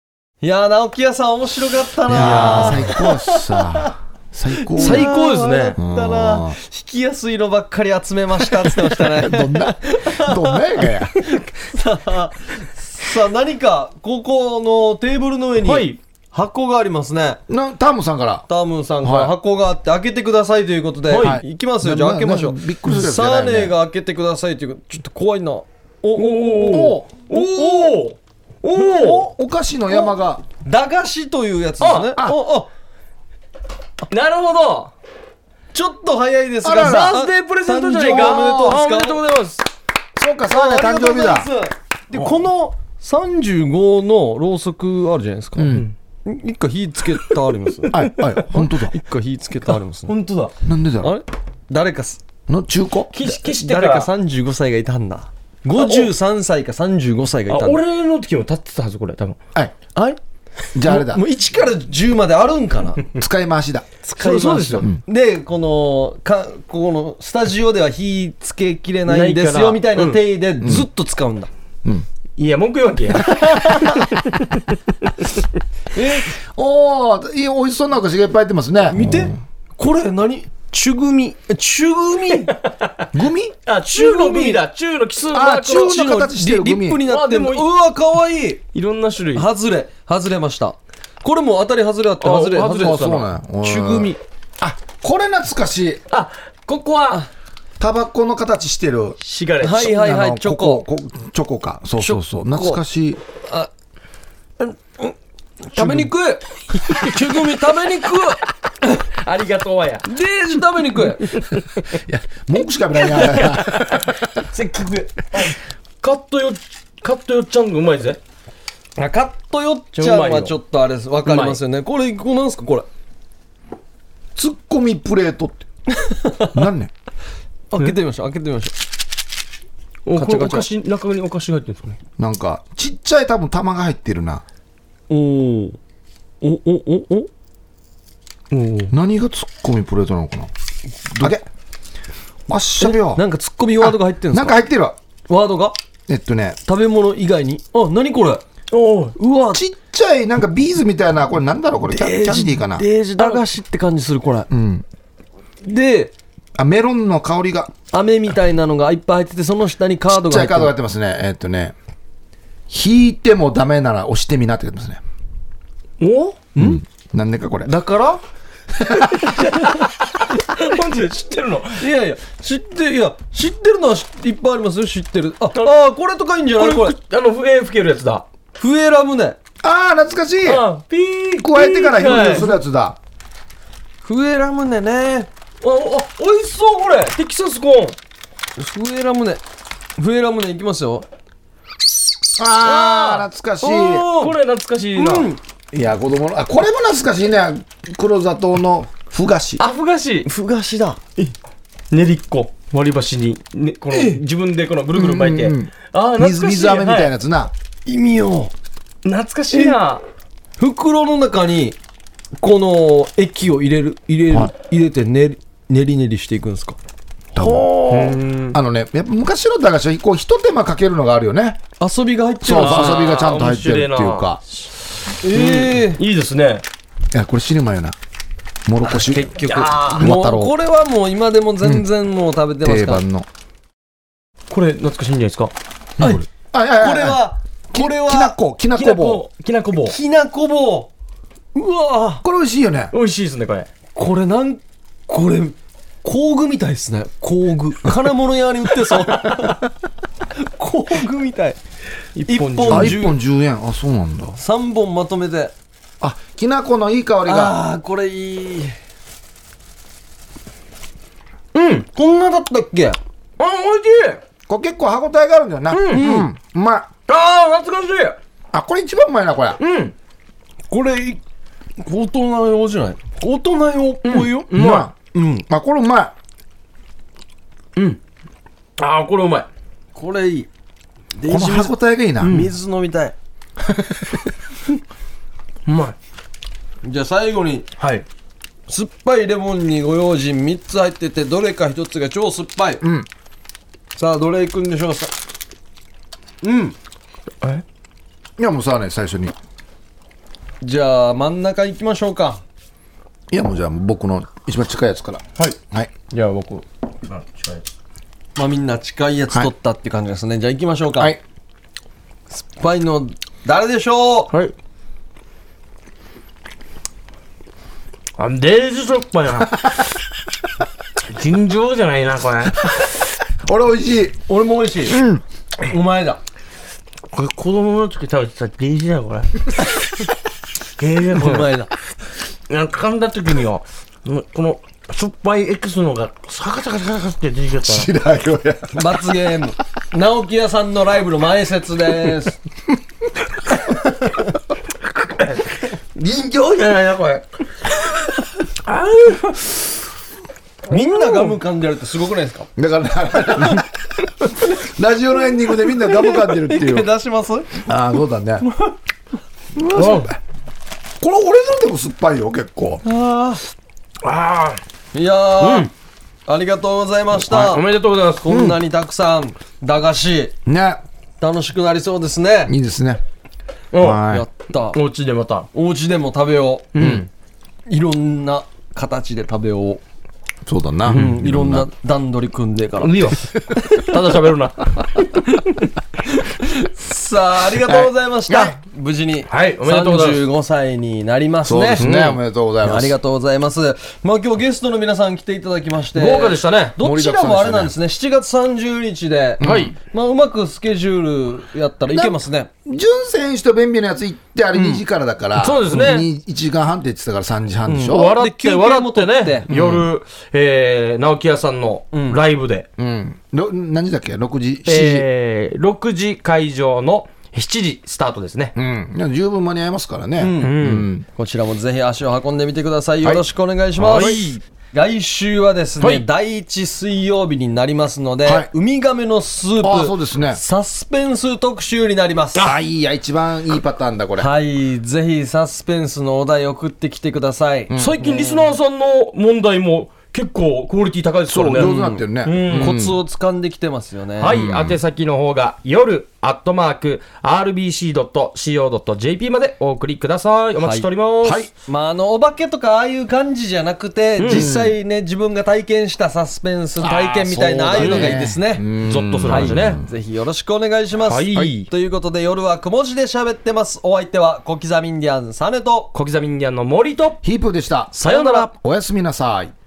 S1: いやー、直木屋さん面白かった
S3: いや
S1: な
S3: ー最高っすさ。最高。
S1: 最高ですね。
S3: うん
S1: だな引きやすいのばっかり集めましたって言ってま したね。
S3: どんな、どんなやかや。
S1: さあ、何か、ここのテーブルの上
S9: は
S1: に
S9: い
S1: 箱がありますね。
S3: な、タームさんから。
S1: タームさんから箱があって開けてくださいということで、、
S3: はい
S1: きますよじゃあ
S3: な
S1: 開けましょう
S3: なびっくりするやつじゃ
S1: サ
S3: な
S1: ー
S3: い
S1: ネ
S3: ね
S1: ーが開けてくださいということちょっと怖いなおおおおお
S3: おお菓子の山が。
S1: 駄菓子というやつですね
S3: あ
S1: おお
S9: なるほど。
S1: ちょっと早いです
S3: あ
S1: が
S3: らら
S1: さ
S9: バースデープレゼントじゃない
S1: 誕生
S9: か。
S1: お
S9: あお
S1: め
S9: め
S1: で
S9: で
S1: と
S9: と
S1: う
S9: う
S1: ご
S9: ご
S1: ざいます
S9: ざいます。
S3: そうか、サーネ誕生日だ。
S1: でこの35のろうそくあるじゃないですか、一回火つけたあり ます
S3: はい、はい、本当だ。
S1: 一回火つけたありますね
S9: 本当だ。
S3: なんでだ
S1: あ
S3: ろ
S1: れ誰かす
S3: う。の中古
S9: 消し消してか。
S1: 誰から35歳がいたんだ53歳か35歳がい
S9: あ
S1: たんだ
S9: 俺の時も立ってたはず、これ、多分。
S3: はい。
S1: あれ
S3: じゃああれだ
S1: も。う1から10まであるんかな
S3: 使い回しだ。
S1: そうそうですよ、でこのかここのスタジオでは火つけきれないんです
S9: ないか
S1: よ
S9: ら
S1: みたいな定位でずっと使うんだ、
S2: いや、文句言わんけや。
S3: えおお、いい美味しそうなお菓子がいっぱい入ってますね。
S1: 見て、これ何中組え中組
S3: グミ
S2: あ、中のグミだ。中の奇数マー
S3: あ、
S2: ク
S3: 中
S2: の
S3: の形してる
S1: リ
S3: グ
S1: ップに
S3: ミ。
S1: なってんの
S2: あ
S1: う
S2: でも
S1: わかわいい
S2: いろんな種類。
S1: 外れ外れましたこれも当たり外れあって
S2: あ
S1: 外れ
S2: 外れ
S1: あそ
S2: てた
S1: う
S2: な
S1: なんや中組
S3: あ、これ懐かしい。
S2: あ、ここは、
S3: タバコの形してる。
S2: シガレット。
S1: はいはいは
S3: あの
S1: いチョコ
S3: こここチョコか。そうそうそう。懐かしい。
S1: 食べにくい中組食べにくい
S2: ありがとうわや。
S1: デージ食べにく い
S3: 文句しか見ない な。
S2: せっかく。カットよ、カットよっちゃんのうまいぜ。
S1: あカットよっちゃんはちょっとあれですわかりますよねこれこれなんですかこれ
S3: ツッコミプレートって。何ね
S1: 開けてみましょう開けてみましょ
S2: お
S1: ガチャガチャ
S2: これお菓子、中にお菓子が入ってるんですかね。
S3: なんか、ちっちゃい多分玉が入ってるな。
S2: おお。おおおお
S3: 何がツッコミプレートなのかなあげおっしゃるよ
S1: う。なんかツッコミワードが入ってるんで
S3: な
S1: す
S3: んか
S1: か
S3: 入ってるわ。
S1: ワードが
S3: えっとね、
S1: 食べ物以外にあ何これ
S2: おお。
S1: うわ
S3: ちっちゃいなんかビーズみたいな、これなんだろうこれキャキャンディーかな
S1: デージ駄菓子って感じするこれ
S3: うん。
S1: で
S3: あ、メロンの香りが、
S1: 飴みたいなのがいっぱい入っててその下にカー
S3: ち
S1: ド
S3: っち
S1: が入
S3: ゃい
S1: って
S3: カードが入っ
S1: る
S3: てますね。えっとね、引いてもダメなら押してみなって言ってますね。
S2: お
S3: うん。なんでかこれ。
S1: だから
S2: マジで知ってるの
S1: いやいや、知って、いや、知ってるのは知いっぱいありますよ、知ってる。あ、あーこれとかいいんじゃ
S2: こ
S1: な
S2: れ、
S1: いこれ。
S2: あの、笛吹けるやつだ。
S1: 笛ラムネ。
S3: ああ、懐かしい
S2: あ、ピー
S3: 加えてから
S2: い
S3: 表情するやつだ。
S1: 笛ラムネね。
S2: あ、あ、美味しそう、これ。テキサスコーン。
S1: 笛ラムネ。笛ラムネいきますよ。
S3: ああ、懐かしい。
S2: これ懐かしいな。
S1: うん。
S3: いや、子供の、あ、これも懐かしいね。黒砂糖のふ菓子。
S2: アフガシ。
S1: ふがしだ。
S2: 練りっこ。割り箸に、ね、この、自分でこのぐるぐる巻いて。
S3: うんうんうん
S2: あー、懐かしい。
S3: 水、水飴みたいな
S2: は
S3: やつな。
S1: 意味よ。
S2: い懐かしいな。
S1: 袋の中に、この液を入れる、入れる、
S3: は
S1: 入れて練り、練り練りしていくんですか。
S3: 多分あのね、やっぱ昔の駄菓子はこう一手間かけるのがあるよね。
S1: 遊びが入ってる
S3: そう
S1: な
S3: そう、遊びがちゃんと入ってるっていうか。
S1: ええ
S2: いいですね。
S3: いや、これ死ぬまよな。もろこし。
S1: 結局。
S2: あ
S3: 桃
S1: もう
S3: 太郎
S1: これはもう今でも全然もう食べてます
S3: 定
S1: から、
S3: 番の。
S2: ーこれ懐かしいんじゃないですか。
S3: あ、いやいやいや
S1: これ、はこれ
S3: きな
S1: は
S3: こ、きな
S2: きな
S3: こ棒。
S2: こ、きなこ棒。
S1: きなこ棒うわぁ
S3: これ美味しいよね。
S2: 美味しいですね、これ。
S1: これなん、これ、工具みたいですね。工具。金物屋に売って そう。工具みたい。
S2: 一本
S1: 一
S2: 中。
S3: あ、
S1: 本
S3: 1本10円。あ、そうなんだ。
S1: 3本まとめて。
S3: あ、きなこのいい香りが。
S1: ああ、これいい。うん、こんなだったっけ
S2: あ、美味しい。
S3: これ結構歯応えがあるんだよな。うん。うまい。
S2: ああ、懐かしい。
S3: あ、これ一番うまいな、これ。
S2: うん。
S1: これ、大人用じゃない大人用っぽいよ。
S3: うまい。
S1: うん。
S3: あ、これうまい。
S2: ああ、これうまい。
S1: これいい。
S3: この歯応えがいいな。
S1: 水飲みたい。
S2: うまい。
S1: じゃあ最後に、
S2: はい。
S1: 酸っぱいレモンにご用心3つ入ってて、どれか1つが超酸っぱい。
S3: ん
S1: さあ、どれいくんでしょうか。うん。
S3: いや、もうさあね、最初に。
S1: じゃあ、真ん中行きましょうか。
S3: いや、もうじゃあ僕の一番近いやつから。はい。はい。
S2: じゃあ僕。
S1: まあみんな近いやつ取ったって感じですね。じゃあ行きましょうか。
S3: はい。
S1: 酸っぱいの、誰でしょう
S2: はい。あ、デージしょっぱいな。尋常じゃないな、これ。
S3: 俺美味しい。
S1: 俺も美味しい。お前だ。
S2: これ子供の時食べてたデージだよ、これ。デージだよ、
S1: お
S2: これ。
S1: 前だ。
S2: なんか噛んだ時によ、この、しょっぱいエキスのが、サカサカサカサカって出てきちゃったな。
S3: 白いよや。
S1: 罰ゲーム。直木屋さんのライブの前説です。
S2: 尋常じゃないな、これ。
S1: みんなガム噛んでるってすごくないですか
S3: だから、ラジオのエンディングでみんなガム噛んでるって
S1: 一
S3: い
S1: 回
S3: う。
S1: 出します
S3: ああ、そうだね。これ俺のでも酸っぱいよ、結構。
S2: あ
S1: いやー、ありがとうございました。
S2: あ、おめでとうございます。
S1: こんなにたくさん駄菓子
S3: ね。
S1: 楽しくなりそうですね
S10: いいですね。
S2: うん
S10: はい
S1: やった
S2: お家でまた
S1: お家でも食べよう、いろんな形で食べよう
S3: そうだな。
S1: うんいろんな段取り組んでから
S2: い いよただ喋るな
S1: さあありがとうございました、無事に
S2: はいおめでとうございます
S1: 35歳になります
S3: そう
S1: ね
S3: ですね。
S1: ん
S3: おめでとうございます。
S1: ありがとうございます。まあ今日ゲストの皆さん来ていただきまして。
S2: 豪華でしたね
S1: どちらもあれなんですね。7月30日で。はい。まあうまくスケジュールやったらいけますね。
S3: 純選手と便秘のやつ行って、あれ2時からだから、
S2: そうですね
S3: に1時間半って言ってたから3時半でしょ。
S2: 笑って笑って
S1: 休憩も取っ
S2: ね
S1: て
S2: 夜えー直木屋さんのライブで
S3: うん。ろ何時だっけ ?6 時、7時。
S2: えー6時会場の7時スタートですね
S3: うん。でも十分間に合いますからね。うん
S1: こちらもぜひ足を運んでみてください。よろしくお願いします。来週はですね、第一水曜日になりますので、
S3: はい
S1: ウミガメのスープ
S3: ああ、そうですね。
S1: サスペンス特集になります。
S3: あ、いいや、一番いいパターンだ、これ。
S1: はい、ぜひサスペンスのお題送ってきてください。
S2: 最近リスナーさんの問題も結構クオリティ高いですか
S3: そう、上
S2: ら
S3: 手に
S2: ね
S3: なってるね。
S1: コツを掴んできてますよね。
S2: はい宛先の方が夜アットマーク RBC.CO.JP までお送りくださいお待ちしております
S1: はい、まああのお化けとかああいう感じじゃなくて、実際ね自分が体験したサスペンス体験みたいなああいうのがいいですね。
S2: ゾッとする話ね
S1: ぜひよろしくお願いします。
S2: はい
S1: ということで夜はくも字で喋ってます。お相手は小刻みインディアンサネと
S2: 小刻みインディアンの森と
S3: ヒープーでした。
S2: さようなら
S3: おやすみなさい。